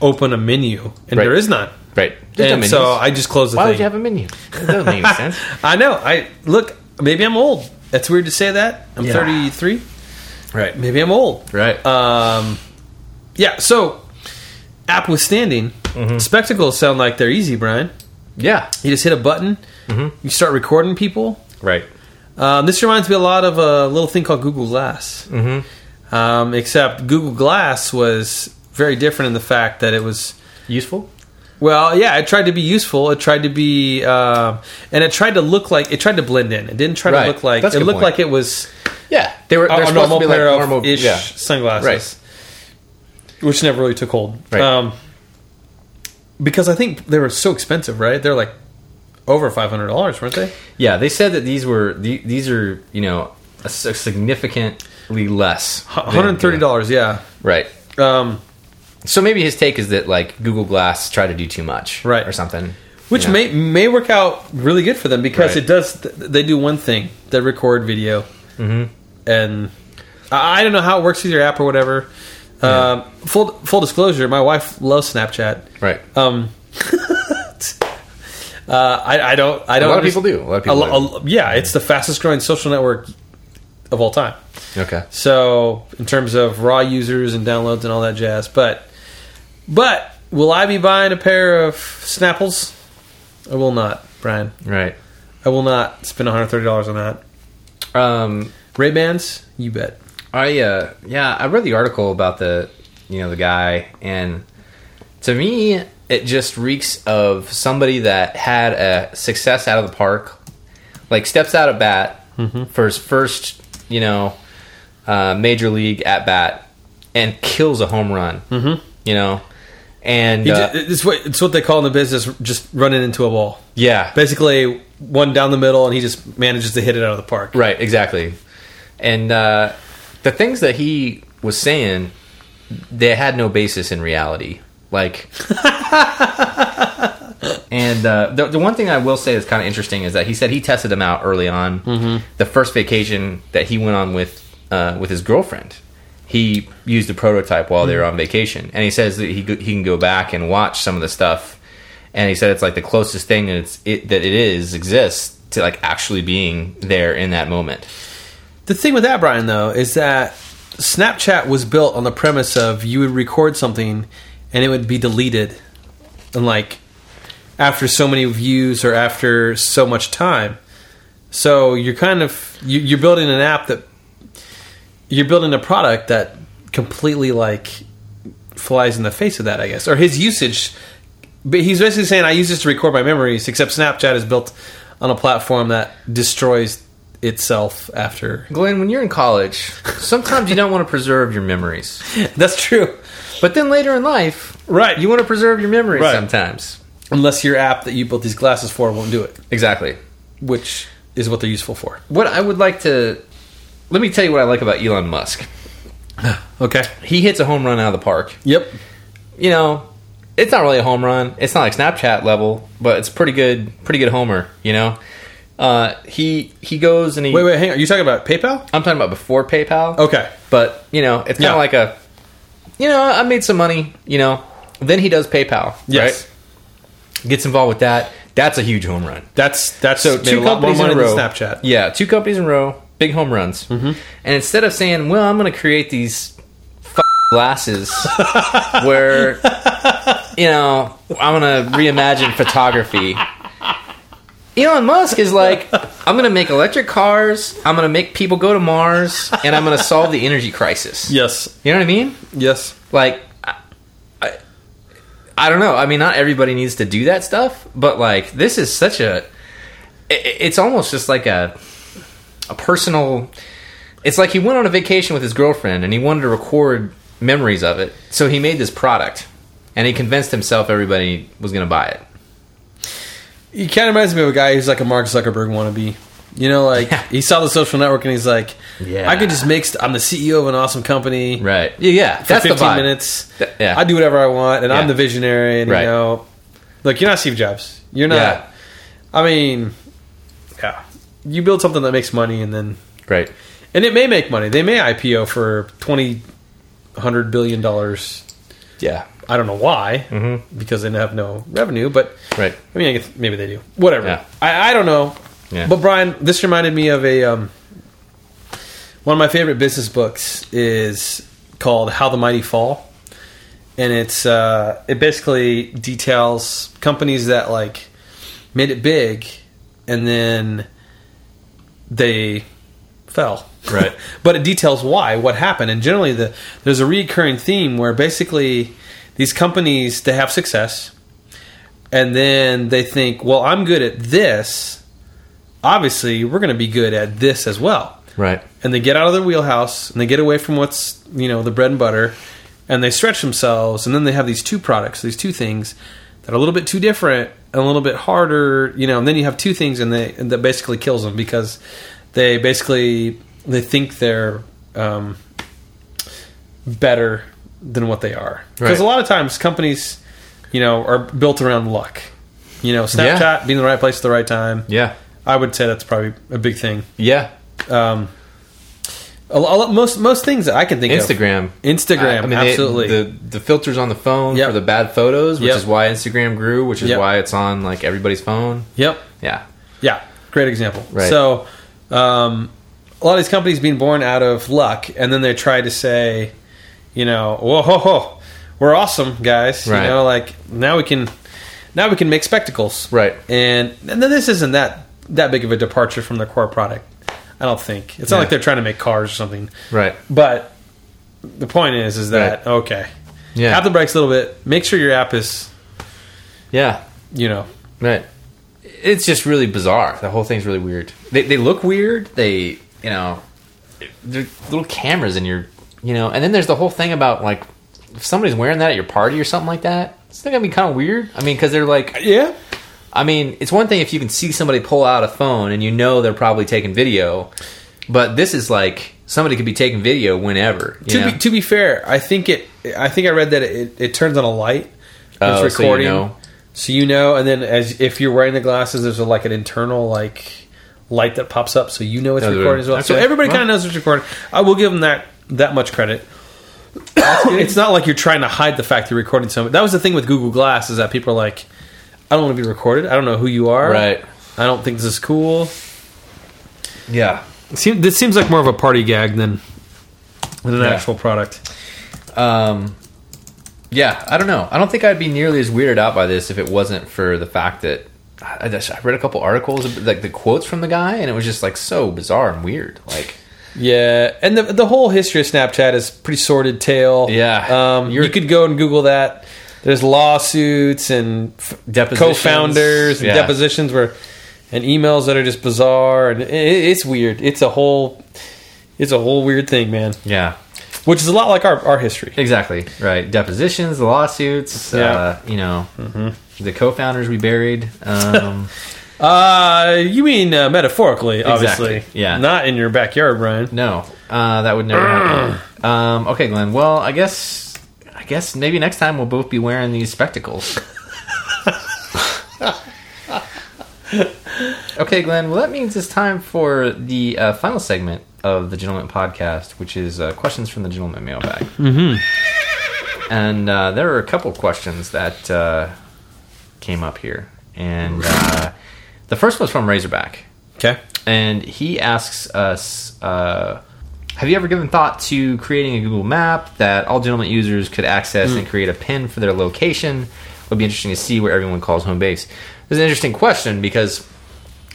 [SPEAKER 2] open a menu, and
[SPEAKER 1] Right.
[SPEAKER 2] there is none.
[SPEAKER 1] Right. There's no
[SPEAKER 2] And
[SPEAKER 1] menus.
[SPEAKER 2] so I just closed the
[SPEAKER 1] why
[SPEAKER 2] thing.
[SPEAKER 1] would you have a menu? That doesn't make any sense.
[SPEAKER 2] I know. I look. Maybe I'm old. That's weird to say that. I'm 33.
[SPEAKER 1] Right.
[SPEAKER 2] Maybe I'm old.
[SPEAKER 1] Right.
[SPEAKER 2] Um, yeah. So, app withstanding,
[SPEAKER 1] Mm-hmm.
[SPEAKER 2] spectacles sound like they're easy, Brian.
[SPEAKER 1] yeah.
[SPEAKER 2] You just hit a button.
[SPEAKER 1] Mm-hmm.
[SPEAKER 2] You start recording people.
[SPEAKER 1] Right.
[SPEAKER 2] Um, this reminds me a lot of a little thing called Google Glass. Mm-hmm. Um, except Google Glass was very different in the fact that it was,
[SPEAKER 1] Useful.
[SPEAKER 2] well, yeah, it tried to be useful. It tried to be, um, and it tried to look like, it tried to blend in. It didn't try
[SPEAKER 1] Right.
[SPEAKER 2] to look like,
[SPEAKER 1] That's a
[SPEAKER 2] it
[SPEAKER 1] good
[SPEAKER 2] looked
[SPEAKER 1] point.
[SPEAKER 2] like it was
[SPEAKER 1] Yeah. They were.
[SPEAKER 2] a,
[SPEAKER 1] They're
[SPEAKER 2] a
[SPEAKER 1] supposed
[SPEAKER 2] normal
[SPEAKER 1] to be like
[SPEAKER 2] pair
[SPEAKER 1] normal
[SPEAKER 2] of ish
[SPEAKER 1] Yeah.
[SPEAKER 2] sunglasses.
[SPEAKER 1] Right.
[SPEAKER 2] Which never really took hold.
[SPEAKER 1] Right.
[SPEAKER 2] Um, because I think they were so expensive, right? They're like over $500, weren't they?
[SPEAKER 1] Yeah. They said that these were the- these are you know a, s- a significantly less than-
[SPEAKER 2] $130, yeah.
[SPEAKER 1] Right.
[SPEAKER 2] Um,
[SPEAKER 1] So maybe his take is that like Google Glass tried to do too much.
[SPEAKER 2] Right.
[SPEAKER 1] Or something.
[SPEAKER 2] which
[SPEAKER 1] Yeah.
[SPEAKER 2] may may work out really good for them because
[SPEAKER 1] Right.
[SPEAKER 2] it does. th- They do one thing: they record video, mm-hmm. and I I don't know how it works with your app or whatever. Um, full full disclosure: my wife loves Snapchat.
[SPEAKER 1] Right.
[SPEAKER 2] Um, uh, I, I don't. I don't.
[SPEAKER 1] lot of
[SPEAKER 2] underst-
[SPEAKER 1] people do. A lot of people
[SPEAKER 2] lo- a- yeah, it's the fastest growing social network of all time.
[SPEAKER 1] okay.
[SPEAKER 2] So in terms of raw users and downloads and all that jazz, but but will I be buying a pair of Snapples? I will not, Brian.
[SPEAKER 1] Right.
[SPEAKER 2] I will not spend one hundred thirty dollars on that.
[SPEAKER 1] Um.
[SPEAKER 2] Ray Bans, you bet.
[SPEAKER 1] I uh. Yeah. I read the article about the, you know, the guy, and to me, it just reeks of somebody that had a success out of the park, like steps out of bat for his first, you know, uh, major league at bat, and kills a home run. Mm-hmm. You know, and
[SPEAKER 2] You
[SPEAKER 1] uh,
[SPEAKER 2] ju- it's what it's what they call in the business just running into a wall.
[SPEAKER 1] yeah,
[SPEAKER 2] Basically, one down the middle, and he just manages to hit it out of the park.
[SPEAKER 1] Right, exactly. And uh, the things that he was saying, they had no basis in reality. Like, and uh, the, the one thing I will say is kind of interesting is that he said he tested them out early on. The first vacation that he went on with uh, with his girlfriend, he used the prototype while they were on vacation, and he says that he go- he can go back and watch some of the stuff. And he said it's like the closest thing that it's it, that it is exists to like actually being there in that moment.
[SPEAKER 2] The thing with that, Brian, though, is that Snapchat was built on the premise of you would record something and it would be deleted, and like after so many views or after so much time. So you're kind of you, you're building an app that you're building a product that completely like flies in the face of that, I guess, or his usage. But he's basically saying, "I use this to record my memories." Except Snapchat is built on a platform that destroys itself after.
[SPEAKER 1] Glenn, when you're in college, sometimes you don't want to preserve your memories.
[SPEAKER 2] That's true.
[SPEAKER 1] But then later in life,
[SPEAKER 2] Right.
[SPEAKER 1] you want to preserve your memories
[SPEAKER 2] Right.
[SPEAKER 1] sometimes.
[SPEAKER 2] Unless your app that you built these glasses for won't do it,
[SPEAKER 1] Exactly.
[SPEAKER 2] which is what they're useful for.
[SPEAKER 1] What I would like to let me tell you what I like about Elon Musk.
[SPEAKER 2] Okay.
[SPEAKER 1] He hits a home run out of the park.
[SPEAKER 2] Yep.
[SPEAKER 1] You know, it's not really a home run. It's not like Snapchat level, but it's pretty good, pretty good homer. You know, uh, he he goes and he.
[SPEAKER 2] Wait, wait, hang on. You're talking about PayPal?
[SPEAKER 1] I'm talking about before PayPal.
[SPEAKER 2] Okay.
[SPEAKER 1] But, you know, it's kind of
[SPEAKER 2] Yeah.
[SPEAKER 1] like a, you know, I made some money, you know. Then he does PayPal.
[SPEAKER 2] Yes.
[SPEAKER 1] Right? Gets involved with that. That's a huge home run.
[SPEAKER 2] That's that's
[SPEAKER 1] So
[SPEAKER 2] made
[SPEAKER 1] two
[SPEAKER 2] a lot more
[SPEAKER 1] companies in
[SPEAKER 2] money
[SPEAKER 1] a row.
[SPEAKER 2] than Snapchat.
[SPEAKER 1] Yeah, two companies in a row, big home runs. Mm-hmm. And instead of saying, "Well, I'm going to create these f- glasses where you know I'm going to reimagine photography," Elon Musk is like, "I'm going to make electric cars. I'm going to make people go to Mars, and I'm going to solve the energy crisis."
[SPEAKER 2] Yes.
[SPEAKER 1] You know what I mean?
[SPEAKER 2] Yes.
[SPEAKER 1] Like, I, I, I don't know. I mean, not everybody needs to do that stuff, but like, this is such a. i- i- It's almost just like a, a personal. It's like he went on a vacation with his girlfriend and he wanted to record memories of it, so he made this product, and he convinced himself everybody was going to buy it.
[SPEAKER 2] He kind of reminds me of a guy who's like a Mark Zuckerberg wannabe. You know, like he saw the social network and he's like,
[SPEAKER 1] Yeah.
[SPEAKER 2] I could just make. St- I'm the CEO of an awesome company.
[SPEAKER 1] Right? Yeah, yeah.
[SPEAKER 2] For
[SPEAKER 1] that's
[SPEAKER 2] 15
[SPEAKER 1] the vibe.
[SPEAKER 2] minutes,
[SPEAKER 1] Th- yeah.
[SPEAKER 2] I do whatever I want, and
[SPEAKER 1] Yeah.
[SPEAKER 2] I'm the visionary. And
[SPEAKER 1] Right.
[SPEAKER 2] you know, look, you're not Steve Jobs. You're not.
[SPEAKER 1] Yeah.
[SPEAKER 2] I mean, yeah, you build something that makes money, and then
[SPEAKER 1] Right.
[SPEAKER 2] and it may make money. They may IPO for twenty, hundred billion dollars.
[SPEAKER 1] Yeah.
[SPEAKER 2] I don't know why,
[SPEAKER 1] Mm-hmm.
[SPEAKER 2] because they have no revenue. But
[SPEAKER 1] Right.
[SPEAKER 2] I mean, I guess maybe they do. Whatever.
[SPEAKER 1] Yeah.
[SPEAKER 2] I, I don't know.
[SPEAKER 1] Yeah.
[SPEAKER 2] But Brian, this reminded me of a um, one of my favorite business books is called How the Mighty Fall, and it's uh, it basically details companies that like made it big and then they fell.
[SPEAKER 1] Right.
[SPEAKER 2] but it details why, what happened, and generally the there's a recurring theme where basically these companies they have success and then they think, well, I'm good at this. Obviously, we're going to be good at this as well.
[SPEAKER 1] Right.
[SPEAKER 2] And they get out of their wheelhouse and they get away from what's, you know, the bread and butter and they stretch themselves. And then they have these two products, these two things that are a little bit too different and a little bit harder, you know, and then you have two things and they, and that basically kills them because they basically, they think they're, um, better than what they are. Because
[SPEAKER 1] Right.
[SPEAKER 2] a lot of times companies, you know, are built around luck. You know, Snapchat
[SPEAKER 1] Yeah.
[SPEAKER 2] being in the right place at the right time.
[SPEAKER 1] Yeah.
[SPEAKER 2] I would say that's probably a big thing.
[SPEAKER 1] Yeah.
[SPEAKER 2] Um, a, lo- a, lo- most most things that I can think
[SPEAKER 1] Instagram.
[SPEAKER 2] of. Instagram.
[SPEAKER 1] I- I mean, they-
[SPEAKER 2] absolutely.
[SPEAKER 1] the the filters on the phone
[SPEAKER 2] Yep.
[SPEAKER 1] for the bad photos, which
[SPEAKER 2] Yep.
[SPEAKER 1] is why Instagram grew, which is
[SPEAKER 2] Yep.
[SPEAKER 1] why it's on like everybody's phone.
[SPEAKER 2] yep.
[SPEAKER 1] Yeah,
[SPEAKER 2] Yeah. Great example.
[SPEAKER 1] Right.
[SPEAKER 2] So, um, a lot of these companies being born out of luck, and then they try to say, you know, whoa, ho, ho, we're awesome, guys.
[SPEAKER 1] Right.
[SPEAKER 2] You know, like now we can, now we can make spectacles.
[SPEAKER 1] Right.
[SPEAKER 2] And and then this isn't that that big of a departure from their core product. I don't think it's not
[SPEAKER 1] Yeah.
[SPEAKER 2] like they're trying to make cars or something.
[SPEAKER 1] right.
[SPEAKER 2] But the point is, is that okay?
[SPEAKER 1] Yeah,
[SPEAKER 2] Tap the brakes a little bit. Make sure your app is,
[SPEAKER 1] yeah,
[SPEAKER 2] you know,
[SPEAKER 1] right. It's just really bizarre. The whole thing's really weird. They they look weird. They you know, they're little cameras in your you know, and then there's the whole thing about like if somebody's wearing that at your party or something like that. It's gonna be kind of weird. I mean, because they're like
[SPEAKER 2] yeah,
[SPEAKER 1] I mean, it's one thing if you can see somebody pull out a phone and you know they're probably taking video, but this is like somebody could be taking video whenever. You
[SPEAKER 2] to
[SPEAKER 1] know?
[SPEAKER 2] be to be fair, I think it. I think I read that it, it turns on a light. when
[SPEAKER 1] Oh, so you know.
[SPEAKER 2] So you know, and then as if you're wearing the glasses, there's a, like an internal like light that pops up, so you know it's
[SPEAKER 1] Oh,
[SPEAKER 2] recording as well. So
[SPEAKER 1] okay.
[SPEAKER 2] everybody
[SPEAKER 1] Well.
[SPEAKER 2] kind of knows it's recording. I will give them that that much credit. it's not like you're trying to hide the fact you're recording something. That was the thing with Google Glass is that people are like, I don't want to be recorded. I don't know who you are.
[SPEAKER 1] Right.
[SPEAKER 2] I don't think this is cool.
[SPEAKER 1] yeah,
[SPEAKER 2] Seem, this seems like more of a party gag than than an
[SPEAKER 1] Yeah.
[SPEAKER 2] actual product.
[SPEAKER 1] Um, yeah, I don't know. I don't think I'd be nearly as weirded out by this if it wasn't for the fact that I, I just- I read a couple articles, ab- like the quotes from the guy, and it was just like so bizarre and weird. Like,
[SPEAKER 2] Yeah, and the the whole history of Snapchat is pretty sordid tale.
[SPEAKER 1] Yeah.
[SPEAKER 2] um, you
[SPEAKER 1] You're-
[SPEAKER 2] could go and Google that. There's lawsuits and f-
[SPEAKER 1] Depositions.
[SPEAKER 2] co-founders and
[SPEAKER 1] Yeah.
[SPEAKER 2] depositions where and emails that are just bizarre and i i- it's weird. It's a whole it's a whole weird thing, man.
[SPEAKER 1] yeah,
[SPEAKER 2] Which is a lot like our our history.
[SPEAKER 1] exactly right. Depositions, the lawsuits, uh, you know, the co-founders we buried. Um,
[SPEAKER 2] Uh, you mean uh, metaphorically, obviously.
[SPEAKER 1] Exactly, yeah.
[SPEAKER 2] Not in your backyard, Brian.
[SPEAKER 1] no, uh, that would never happen. Um, okay, Glenn. Well, I guess, I guess maybe next time we'll both be wearing these spectacles. Okay, Glenn. Well, that means it's time for the uh, final segment of the Gentleman Podcast, which is uh, questions from the Gentleman Mailbag. Mm-hmm. And uh, there are a couple questions that uh, came up here, and uh, the first one's from Razorback,
[SPEAKER 2] Okay.
[SPEAKER 1] and he asks us. Uh, have you ever given thought to creating a Google map that all gentleman users could access and create a pin for their location? Would be interesting to see where everyone calls home base. This is an interesting question because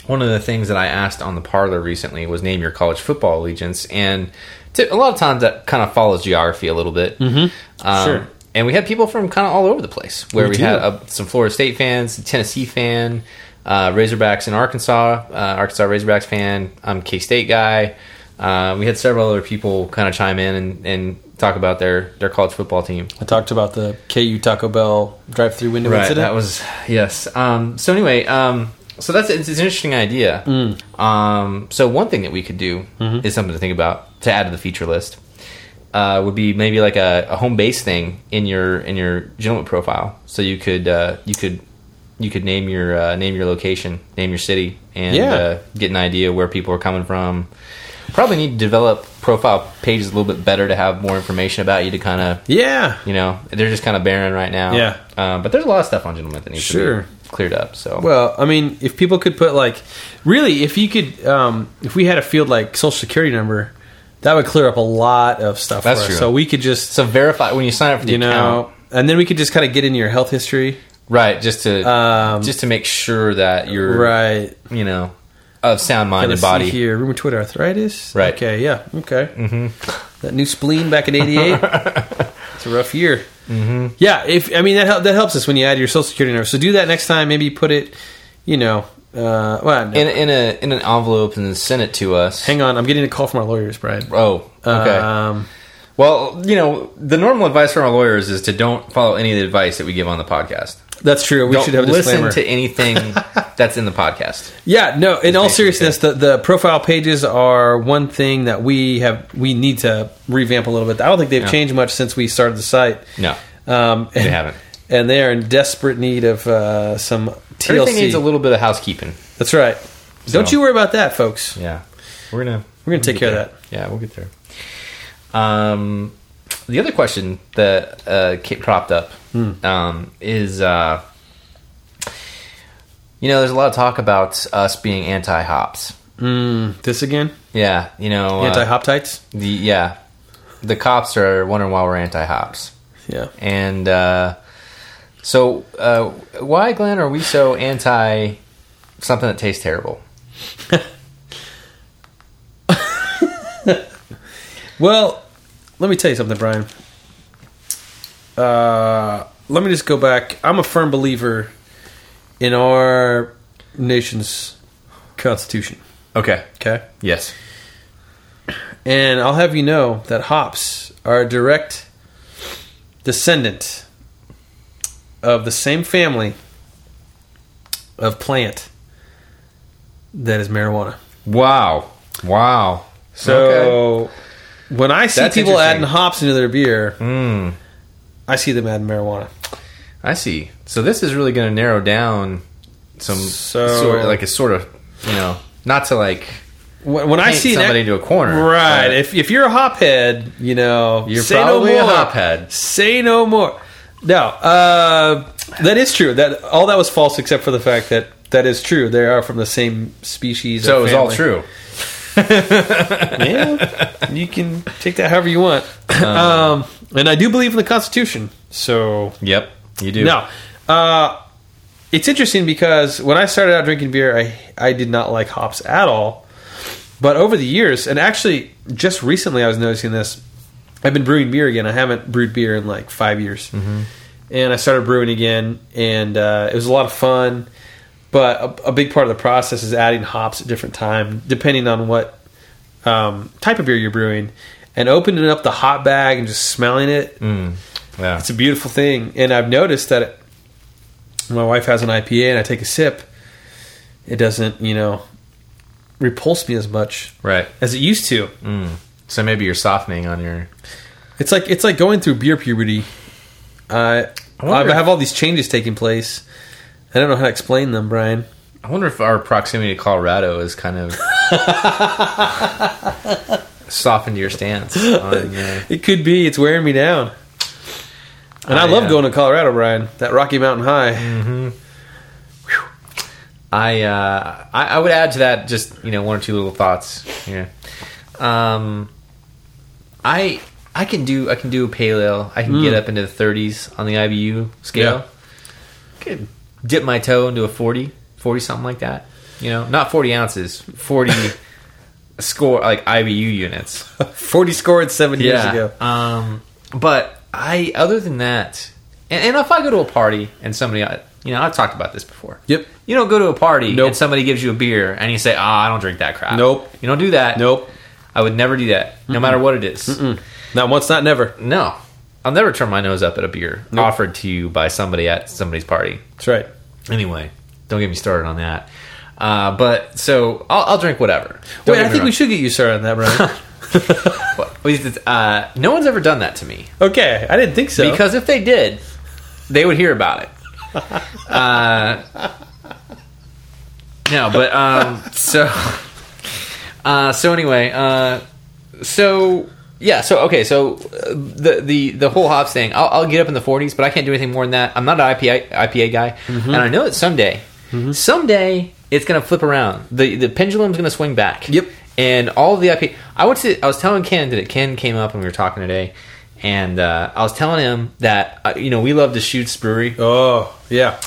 [SPEAKER 1] one of the things that I asked on the parlor recently was name your college football allegiance, and t- a lot of times that kind of follows geography a little bit. Mm-hmm. Um,
[SPEAKER 2] Sure.
[SPEAKER 1] And we had people from kind of all over the place. Where we, had uh, some Florida State fans, a Tennessee fan, uh, Razorbacks in Arkansas, uh, Arkansas Razorbacks fan, I'm K State guy. Uh, we had several other people kind of chime in and, and talk about their their college football team.
[SPEAKER 2] I talked about the KU Taco Bell drive-through window incident.
[SPEAKER 1] That was yes. Um, so anyway, um, so that's it's, it's an interesting idea.
[SPEAKER 2] Mm.
[SPEAKER 1] Um, so one thing that we could do
[SPEAKER 2] Mm-hmm.
[SPEAKER 1] is something to think about to add to the feature list uh, would be maybe like a, a home base thing in your in your gentleman profile. So you could uh, you could you could name your uh, name your location, name your city, and
[SPEAKER 2] Yeah.
[SPEAKER 1] uh, get an idea where people are coming from. Probably need to develop profile pages a little bit better to have more information about you to kind of
[SPEAKER 2] yeah.
[SPEAKER 1] you know, they're just kind of barren right now.
[SPEAKER 2] Yeah.
[SPEAKER 1] Uh, but there's a lot of stuff on Gentlemen that needs
[SPEAKER 2] Sure.
[SPEAKER 1] to be cleared up. So
[SPEAKER 2] Well, I mean, if people could put like, really, if you could, um, if we had a field like social security number, that would clear up a lot of stuff.
[SPEAKER 1] That's
[SPEAKER 2] for us.
[SPEAKER 1] true.
[SPEAKER 2] So we could just,
[SPEAKER 1] so verify when you sign up for the
[SPEAKER 2] you know,
[SPEAKER 1] account,
[SPEAKER 2] and then we could just kind of get into your health history,
[SPEAKER 1] right? Just to
[SPEAKER 2] Um,
[SPEAKER 1] just to make sure that you're
[SPEAKER 2] right?
[SPEAKER 1] you know, of sound mind
[SPEAKER 2] Let's
[SPEAKER 1] and
[SPEAKER 2] see
[SPEAKER 1] body.
[SPEAKER 2] here, rheumatoid arthritis.
[SPEAKER 1] Right.
[SPEAKER 2] Okay. Yeah. Okay. Mm-hmm. That new spleen back in '88. it's a rough year. Mm-hmm. Yeah. If I mean that hel- that helps us when you add your social security number. So do that next time. Maybe put it, you know, uh, well, no.
[SPEAKER 1] In, in a in an envelope and then send it to us.
[SPEAKER 2] hang on. I'm getting a call from our lawyers, Brian.
[SPEAKER 1] Oh, okay.
[SPEAKER 2] Um,
[SPEAKER 1] well, you know, the normal advice from our lawyers is to don't follow any of the advice that we give on the podcast.
[SPEAKER 2] That's true. We
[SPEAKER 1] don't
[SPEAKER 2] should have a
[SPEAKER 1] listen
[SPEAKER 2] disclaimer.
[SPEAKER 1] to anything that's in the podcast.
[SPEAKER 2] yeah, no. In all
[SPEAKER 1] basically
[SPEAKER 2] seriousness, the, the profile pages are one thing that we have. We need to revamp a little bit. I don't think they've
[SPEAKER 1] Yeah.
[SPEAKER 2] changed much since we started the site.
[SPEAKER 1] No.
[SPEAKER 2] um, and,
[SPEAKER 1] haven't.
[SPEAKER 2] And they are in desperate need of uh, some TLC.
[SPEAKER 1] Everything needs a little bit of housekeeping.
[SPEAKER 2] That's right. Don't
[SPEAKER 1] So-
[SPEAKER 2] you worry about that, folks.
[SPEAKER 1] Yeah, we're gonna
[SPEAKER 2] We're gonna take
[SPEAKER 1] get
[SPEAKER 2] care of
[SPEAKER 1] there. Yeah, we'll get there. Um, the other question that uh, Kate propped up
[SPEAKER 2] Hmm.
[SPEAKER 1] um, is, uh, you know, there's a lot of talk about us being anti-hops.
[SPEAKER 2] Mm, This again,
[SPEAKER 1] Yeah, you know, uh,
[SPEAKER 2] anti-hoptites.
[SPEAKER 1] the yeah, the cops are wondering why we're anti-hops,
[SPEAKER 2] Yeah.
[SPEAKER 1] and uh, so uh, why, Glenn, are we so anti something that tastes terrible?
[SPEAKER 2] Well, let me tell you something, Brian. Uh, let me just go back. I'm a firm believer in our nation's constitution.
[SPEAKER 1] Okay.
[SPEAKER 2] Okay.
[SPEAKER 1] Yes.
[SPEAKER 2] And I'll have you know that hops are a direct descendant of the same family of plant that is marijuana.
[SPEAKER 1] Wow. Wow.
[SPEAKER 2] So when I see
[SPEAKER 1] That's
[SPEAKER 2] people
[SPEAKER 1] interesting.
[SPEAKER 2] adding hops into their beer,
[SPEAKER 1] Mm,
[SPEAKER 2] I see them adding marijuana.
[SPEAKER 1] I see. So this is really going to narrow down some
[SPEAKER 2] So-
[SPEAKER 1] sort like a sort of, you know, not to like
[SPEAKER 2] When, when I
[SPEAKER 1] Paint
[SPEAKER 2] see an
[SPEAKER 1] somebody into a corner,
[SPEAKER 2] right?
[SPEAKER 1] but-
[SPEAKER 2] If, if you're a hophead, you know
[SPEAKER 1] You're
[SPEAKER 2] say
[SPEAKER 1] probably a
[SPEAKER 2] no more.
[SPEAKER 1] hophead.
[SPEAKER 2] Say no more. No, uh, that is true. That all that was false, except for the fact that that is true. They are from the same species.
[SPEAKER 1] so
[SPEAKER 2] and
[SPEAKER 1] it was all
[SPEAKER 2] family.
[SPEAKER 1] true.
[SPEAKER 2] yeah, you can take that however you want. Um, and I do believe in the Constitution, so
[SPEAKER 4] Yep, you do.
[SPEAKER 2] no. Uh, it's interesting because when I started out drinking beer, I I did not like hops at all. But over the years, and actually just recently, I was noticing this. I've been brewing beer again. I haven't brewed beer in like five years, and I started brewing again, and uh, it was a lot of fun. But a, a big part of the process is adding hops at different time, depending on what um, type of beer you're brewing, and opening up the hop bag and just smelling it
[SPEAKER 1] Mm. Yeah.
[SPEAKER 2] it's a beautiful thing and i've noticed that it, my wife has an ipa and i take a sip it doesn't you know repulse me as much
[SPEAKER 1] Right. Mm.
[SPEAKER 2] as it used to
[SPEAKER 1] So maybe you're softening on your.
[SPEAKER 2] it's like it's like going through beer puberty uh, i
[SPEAKER 1] wonder
[SPEAKER 2] have all these changes taking place i don't know how to explain them brian
[SPEAKER 1] I wonder if our proximity to Colorado is kind of softened your stance. On, uh,
[SPEAKER 2] it could be it's wearing me down and i Mm.
[SPEAKER 1] I,
[SPEAKER 2] love
[SPEAKER 1] uh,
[SPEAKER 2] going to colorado brian that rocky mountain high
[SPEAKER 1] I, uh, I I would add to that just you know one or two little thoughts. Yeah. Um, I I can do I can do a pale ale. I can get up into the 30s on the IBU scale. Could dip my toe into a 40, 40 something like that. You know, not 40 ounces, 40 score like IBU units.
[SPEAKER 2] 40 scored seven years ago
[SPEAKER 1] Um, but I, other than that, and, and if I go to a party and somebody, you know, I've talked about this before.
[SPEAKER 2] Yep.
[SPEAKER 1] You don't go to a party
[SPEAKER 2] Nope.
[SPEAKER 1] and somebody gives you a beer and you say, "Ah, I don't drink that crap."
[SPEAKER 2] Nope.
[SPEAKER 1] You don't do that.
[SPEAKER 2] Nope.
[SPEAKER 1] I would never do that, no matter what it is.
[SPEAKER 2] not once not never
[SPEAKER 1] No, I'll never turn my nose up at a beer offered to you by somebody at somebody's party.
[SPEAKER 2] that's right
[SPEAKER 1] Anyway, don't get me started on that. Uh, but so I'll, I'll drink whatever.
[SPEAKER 2] wait i think we should get you started on that brian
[SPEAKER 1] should. Uh, no one's ever done that to me.
[SPEAKER 2] Okay, I didn't think so.
[SPEAKER 1] Because if they did, they would hear about it. Uh, no, but um, so uh, so anyway, uh, so yeah, so okay, so uh, the the the whole hops thing, I'll, I'll get up in the 40s, but I can't do anything more than that. I'm not an IPA IPA guy,
[SPEAKER 2] Mm-hmm.
[SPEAKER 1] and I know that someday, someday it's gonna flip around. the The pendulum's gonna swing back.
[SPEAKER 2] Yep.
[SPEAKER 1] And all of the IPA, I went to. I was telling Ken that Ken came up and we were talking today, and uh, I was telling him that uh, you know we love the Shoots Brewery.
[SPEAKER 2] oh yeah,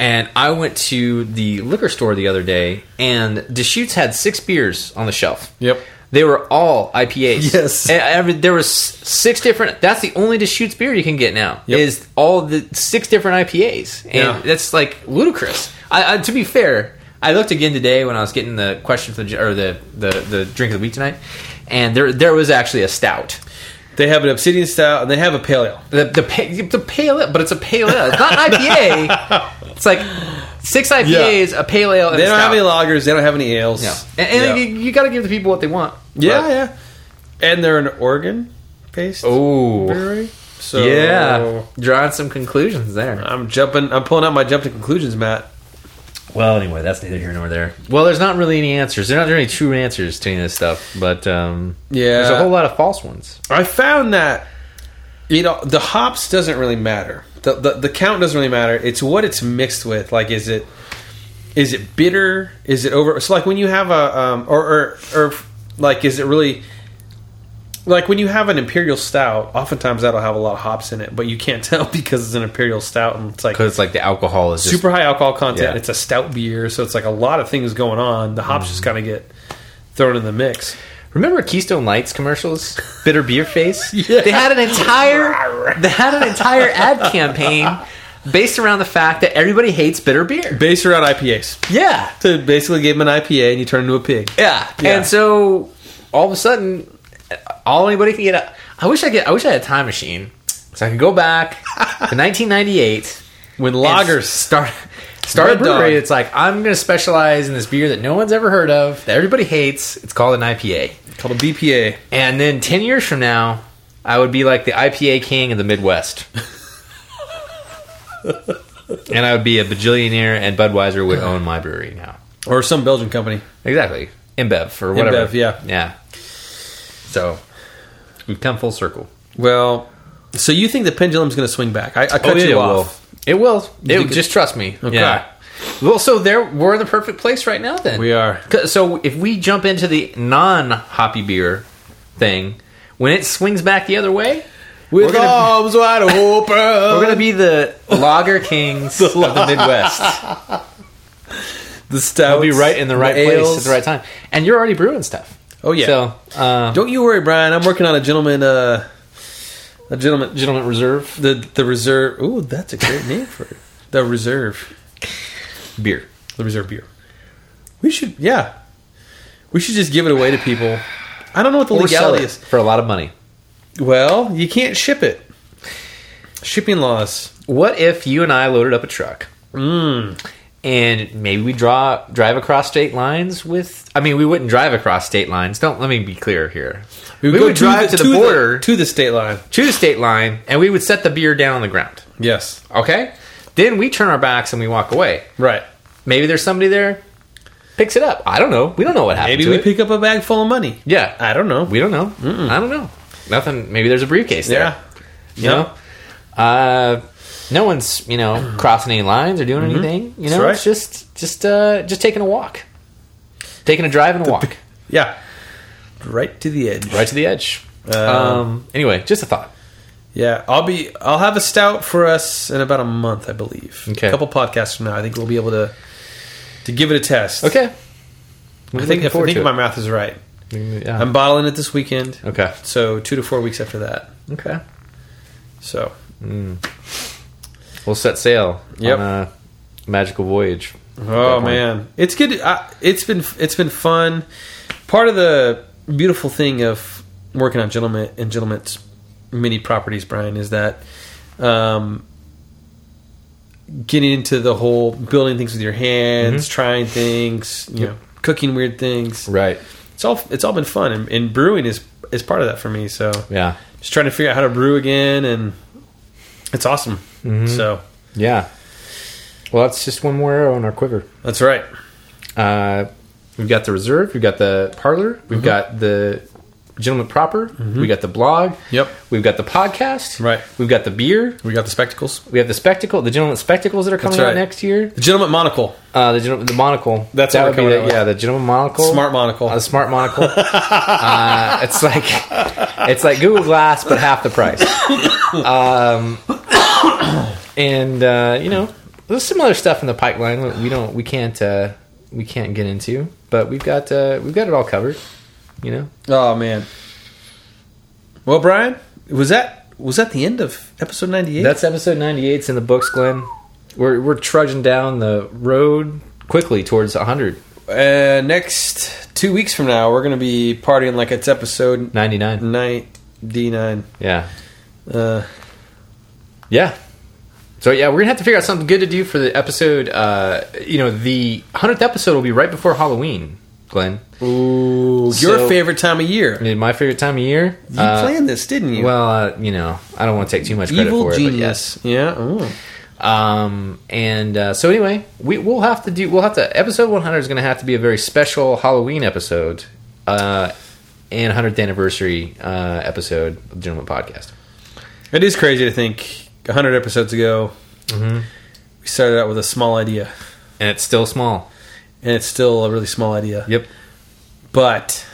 [SPEAKER 1] And I went to the liquor store the other day, and Deschutes had six beers on the shelf.
[SPEAKER 2] Yep.
[SPEAKER 1] They were all IPAs.
[SPEAKER 2] Yes.
[SPEAKER 1] And every, there was six different. That's the only Deschutes beer you can get now.
[SPEAKER 2] Yep.
[SPEAKER 1] Is all the six different IPAs, and
[SPEAKER 2] Yeah.
[SPEAKER 1] that's like ludicrous. I, I, to be fair, I looked again today when I was getting the question for the or the, the the drink of the week tonight, and there there was actually a stout.
[SPEAKER 2] they have an obsidian style and they have a pale ale.
[SPEAKER 1] The the, pa- the pale ale, but it's a pale ale. It's not an IPA. it's like six IPAs, a pale ale. And
[SPEAKER 2] They
[SPEAKER 1] a
[SPEAKER 2] don't have
[SPEAKER 1] stout.
[SPEAKER 2] any lagers. They don't have any ales.
[SPEAKER 1] Yeah, and, and
[SPEAKER 2] yeah,
[SPEAKER 1] you, got to give the people what they want.
[SPEAKER 2] yeah, yeah. and they're an Oregon based
[SPEAKER 1] Oh,
[SPEAKER 2] brewery. So
[SPEAKER 1] yeah. Drawing some conclusions there.
[SPEAKER 2] I'm jumping. I'm pulling out my jump to conclusions, Matt.
[SPEAKER 1] Well, anyway, that's neither here nor there. Well, there's not really any answers. There's not really true answers to any of this stuff, but um,
[SPEAKER 2] Yeah.
[SPEAKER 1] there's a whole lot of false ones.
[SPEAKER 2] I found that you know the hops doesn't really matter. The, the the count doesn't really matter. It's what it's mixed with. Like, is it is it bitter? Is it over? So like when you have a um, or, or or like is it really like when you have an imperial stout? Oftentimes that'll have a lot of hops in it, but you can't tell because it's an imperial stout and it's like
[SPEAKER 1] Because like the alcohol is just
[SPEAKER 2] super high alcohol content.
[SPEAKER 1] Yeah.
[SPEAKER 2] It's a stout beer, so it's like a lot of things going on. The hops
[SPEAKER 1] Mm.
[SPEAKER 2] just kind of get thrown in the mix.
[SPEAKER 1] Remember Keystone Lights commercials? Bitter beer face. They had an entire they had an entire ad campaign based around the fact that everybody hates bitter beer.
[SPEAKER 2] Base around IPAs.
[SPEAKER 1] Yeah,
[SPEAKER 2] So basically give him an IPA and you turn into a pig.
[SPEAKER 1] yeah.
[SPEAKER 2] Yeah.
[SPEAKER 1] And so all of a sudden, all anybody can get. I wish I could. I wish I had a time machine so I could go back to 1998.
[SPEAKER 2] When
[SPEAKER 1] and
[SPEAKER 2] lagers
[SPEAKER 1] start start a
[SPEAKER 2] Red
[SPEAKER 1] brewery.
[SPEAKER 2] Dog.
[SPEAKER 1] It's like I'm going to specialize in this beer that no one's ever heard of that everybody hates. It's called an IPA.
[SPEAKER 2] called a BPA.
[SPEAKER 1] And then 10 years from now, I would be like the IPA king of the Midwest. and I would be a bajillionaire, and Budweiser would own my brewery now.
[SPEAKER 2] Or some Belgian company.
[SPEAKER 1] Exactly. InBev or whatever.
[SPEAKER 2] InBev, yeah.
[SPEAKER 1] Yeah. So we've come full circle.
[SPEAKER 2] Well, so you think the pendulum's going to swing back? I, I cut you
[SPEAKER 1] Oh, it
[SPEAKER 2] off.
[SPEAKER 1] will. It will. It,
[SPEAKER 2] think it-
[SPEAKER 1] just trust me.
[SPEAKER 2] Okay.
[SPEAKER 1] Yeah. Well, so there we're in the perfect place right now. Then
[SPEAKER 2] We are.
[SPEAKER 1] 'Cause- So if we jump into the non-hoppy beer thing, when it swings back the other way,
[SPEAKER 2] With
[SPEAKER 1] gonna-
[SPEAKER 2] arms wide
[SPEAKER 1] we're
[SPEAKER 2] open.
[SPEAKER 1] gonna be the lager kings of Um, the Midwest.
[SPEAKER 2] the stout.
[SPEAKER 1] We'll be right in the right place at the right time. And you're already brewing stuff.
[SPEAKER 2] Oh, yeah.
[SPEAKER 1] So uh,
[SPEAKER 2] Don't you worry, Brian. I'm working on a gentleman. Uh, a gentleman.
[SPEAKER 1] gentlemen, reserve
[SPEAKER 2] The the reserve. Ooh, that's a great name for it. The reserve.
[SPEAKER 1] beer.
[SPEAKER 2] The reserve beer. We should. Yeah. We should just give it away to people. I don't know what the
[SPEAKER 1] Or sell
[SPEAKER 2] legality
[SPEAKER 1] it
[SPEAKER 2] is.
[SPEAKER 1] for a lot of money.
[SPEAKER 2] Well, you can't ship it. Shipping laws.
[SPEAKER 1] What if you and I loaded up a truck? Hmm. And maybe we draw drive across state lines with. I mean, we wouldn't drive across state lines. Don't let me be clear here. We,
[SPEAKER 2] go
[SPEAKER 1] would drive to the, border
[SPEAKER 2] to the state line.
[SPEAKER 1] to the state line, and we would set the beer down on the ground.
[SPEAKER 2] Yes.
[SPEAKER 1] Okay, then we turn our backs and we walk away.
[SPEAKER 2] Right.
[SPEAKER 1] Maybe there's somebody there picks it up. I don't know. We don't know what happened.
[SPEAKER 2] Maybe
[SPEAKER 1] to
[SPEAKER 2] we
[SPEAKER 1] it.
[SPEAKER 2] pick up a bag full of money.
[SPEAKER 1] Yeah,
[SPEAKER 2] I don't know.
[SPEAKER 1] we don't know. I don't know. Nothing. Maybe there's a briefcase there.
[SPEAKER 2] yeah.
[SPEAKER 1] You know, uh, no one's you know crossing any lines or doing anything. You know,
[SPEAKER 2] Mm-hmm. That's right.
[SPEAKER 1] it's just just uh, just taking a walk, taking a drive and a walk
[SPEAKER 2] Yeah. Right to the edge.
[SPEAKER 1] right to the edge. um, anyway, just a thought.
[SPEAKER 2] Yeah. I'll be I'll have a stout for us in about a month, I believe.
[SPEAKER 1] Okay.
[SPEAKER 2] A couple podcasts from now. I think we'll be able to to give it a test.
[SPEAKER 1] Okay,
[SPEAKER 2] I think if I think my math is right. I'm bottling it this weekend.
[SPEAKER 1] Uh-huh. okay.
[SPEAKER 2] So two to four weeks after that.
[SPEAKER 1] Okay.
[SPEAKER 2] So
[SPEAKER 1] We'll set sail
[SPEAKER 2] Yep.
[SPEAKER 1] on a magical voyage.
[SPEAKER 2] Oh
[SPEAKER 1] Definitely.
[SPEAKER 2] man, it's good. I, it's been it's been fun. Part of the beautiful thing of working on gentlemen and gentlemen's mini properties, Brian, is that um, getting into the whole building things with your hands, trying things, you know, cooking weird things.
[SPEAKER 1] Mm-hmm. Right.
[SPEAKER 2] It's all it's all been fun, and, and brewing is is part of that for me. So
[SPEAKER 1] Yeah.
[SPEAKER 2] just trying to figure out how to brew again, and it's awesome.
[SPEAKER 1] Mm-hmm.
[SPEAKER 2] So
[SPEAKER 1] Yeah. Well, that's just one more arrow in our quiver.
[SPEAKER 2] that's right.
[SPEAKER 1] Uh, we've got the reserve. We've got the parlor. We've got the gentleman proper. We got the blog.
[SPEAKER 2] Yep.
[SPEAKER 1] We've got the podcast.
[SPEAKER 2] Right.
[SPEAKER 1] We've got the beer.
[SPEAKER 2] We got the spectacles.
[SPEAKER 1] We have the spectacle. The gentleman spectacles that are coming
[SPEAKER 2] That's
[SPEAKER 1] out
[SPEAKER 2] right.
[SPEAKER 1] next year.
[SPEAKER 2] The gentleman monocle.
[SPEAKER 1] Uh, the gentleman, the monocle.
[SPEAKER 2] That's
[SPEAKER 1] that
[SPEAKER 2] what
[SPEAKER 1] would
[SPEAKER 2] we're
[SPEAKER 1] be
[SPEAKER 2] coming
[SPEAKER 1] the,
[SPEAKER 2] out
[SPEAKER 1] yeah the gentleman monocle.
[SPEAKER 2] Smart monocle.
[SPEAKER 1] A smart monocle. uh, it's like it's like Google Glass, but half the price. Um, and uh, you know, there's some other stuff in the pipeline that we don't, we can't, uh, we can't get into, but we've got uh, we've got it all covered. You know,
[SPEAKER 2] Oh man. Well, Brian, was that was that the end of episode ninety eight?
[SPEAKER 1] that's episode 98. It's in the books, Glenn. We're we're trudging down the road quickly towards 100.
[SPEAKER 2] uh, next two weeks from now. We're gonna be partying like it's episode Mm.
[SPEAKER 1] 99.
[SPEAKER 2] ninety nine.
[SPEAKER 1] Yeah.
[SPEAKER 2] Uh,
[SPEAKER 1] Yeah. So yeah, we're gonna have to figure out something good to do for the episode. Uh, you know, the hundredth episode will be right before Halloween, Glenn.
[SPEAKER 2] Ooh,
[SPEAKER 1] so-
[SPEAKER 2] your favorite time of year.
[SPEAKER 1] I mean, my favorite time of year. uh,
[SPEAKER 2] You planned this, didn't you?
[SPEAKER 1] Well, uh, you know, I don't want to take too much credit
[SPEAKER 2] Evil
[SPEAKER 1] for it. But yes.
[SPEAKER 2] genius. Yeah. ooh.
[SPEAKER 1] Um, and uh, so anyway, we we'll have to do. We'll have to. Episode one hundred is gonna have to be a very special Halloween episode, uh, and hundredth anniversary uh, episode of the Gentleman Podcast.
[SPEAKER 2] It is crazy to think hundred episodes ago.
[SPEAKER 1] Mm-hmm.
[SPEAKER 2] We started out with a small idea,
[SPEAKER 1] And it's still small.
[SPEAKER 2] and it's still a really small idea.
[SPEAKER 1] Yep.
[SPEAKER 2] But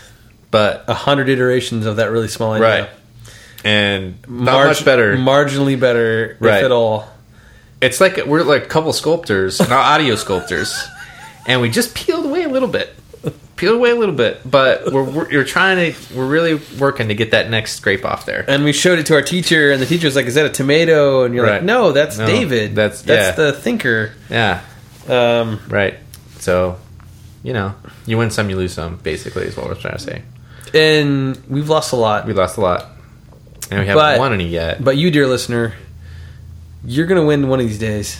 [SPEAKER 1] But
[SPEAKER 2] a hundred iterations of that really small idea.
[SPEAKER 1] Right. and not
[SPEAKER 2] Marg-
[SPEAKER 1] much better.
[SPEAKER 2] Marginally better,
[SPEAKER 1] Right.
[SPEAKER 2] if at all.
[SPEAKER 1] It's like we're like a couple sculptors, not audio sculptors, and we just peeled away a little bit, peeled away a little bit. But we're, we're you're trying to we're really working to get that next scrape off there.
[SPEAKER 2] And we showed it to our teacher, and the teacher was like, "Is that a tomato?" And you're
[SPEAKER 1] Right.
[SPEAKER 2] like, "No, that's
[SPEAKER 1] No,
[SPEAKER 2] David.
[SPEAKER 1] that's-
[SPEAKER 2] that's
[SPEAKER 1] yeah.
[SPEAKER 2] the thinker."
[SPEAKER 1] Yeah,
[SPEAKER 2] Um,
[SPEAKER 1] right. So, you know, you win some, you lose some. Basically, is what we're trying to say.
[SPEAKER 2] and we've lost a lot,
[SPEAKER 1] We lost a lot, and we haven't
[SPEAKER 2] But-
[SPEAKER 1] won any yet.
[SPEAKER 2] but you, dear listener, you're gonna win one of these days.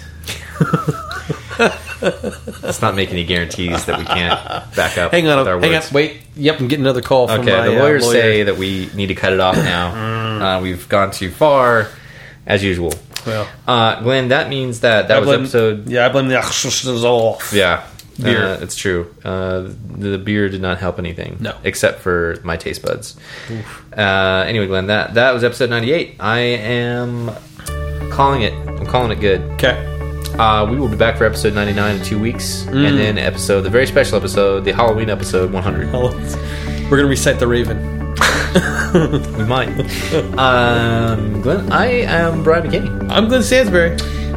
[SPEAKER 1] Let's not make any guarantees that we can't back up.
[SPEAKER 2] Hang on,
[SPEAKER 1] with our
[SPEAKER 2] hang
[SPEAKER 1] words.
[SPEAKER 2] on, wait. Yep, I'm getting another call from
[SPEAKER 1] Okay,
[SPEAKER 2] my
[SPEAKER 1] the
[SPEAKER 2] uh,
[SPEAKER 1] lawyers
[SPEAKER 2] lawyer.
[SPEAKER 1] say that we need to cut it off now. uh, we've gone too far, as usual.
[SPEAKER 2] Well,
[SPEAKER 1] Uh, Glenn, that means that that
[SPEAKER 2] I
[SPEAKER 1] was
[SPEAKER 2] blame-
[SPEAKER 1] episode.
[SPEAKER 2] Yeah, I blame the is off.
[SPEAKER 1] Yeah,
[SPEAKER 2] Beer.
[SPEAKER 1] Uh, it's true. Uh, the beer did not help anything.
[SPEAKER 2] No.
[SPEAKER 1] except for my taste buds. Uh, anyway, Glenn, that that was episode ninety eight. I am calling it. I'm calling it good.
[SPEAKER 2] Okay,
[SPEAKER 1] Uh, we will be back for episode 99 in two weeks,
[SPEAKER 2] Mm.
[SPEAKER 1] and then episode, the very special episode, the Halloween episode 100.
[SPEAKER 2] We're gonna recite the Raven.
[SPEAKER 1] We might. um, Glenn, I am Brian McKinney.
[SPEAKER 2] I'm Glenn Sansbury.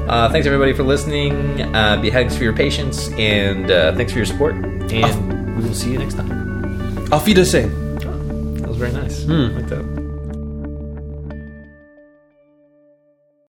[SPEAKER 1] Uh, thanks everybody for listening. Uh, be thanks for your patience, and uh, thanks for your support. And we will see you next time.
[SPEAKER 2] Auf Wiedersehen.
[SPEAKER 1] That was very nice. I like that.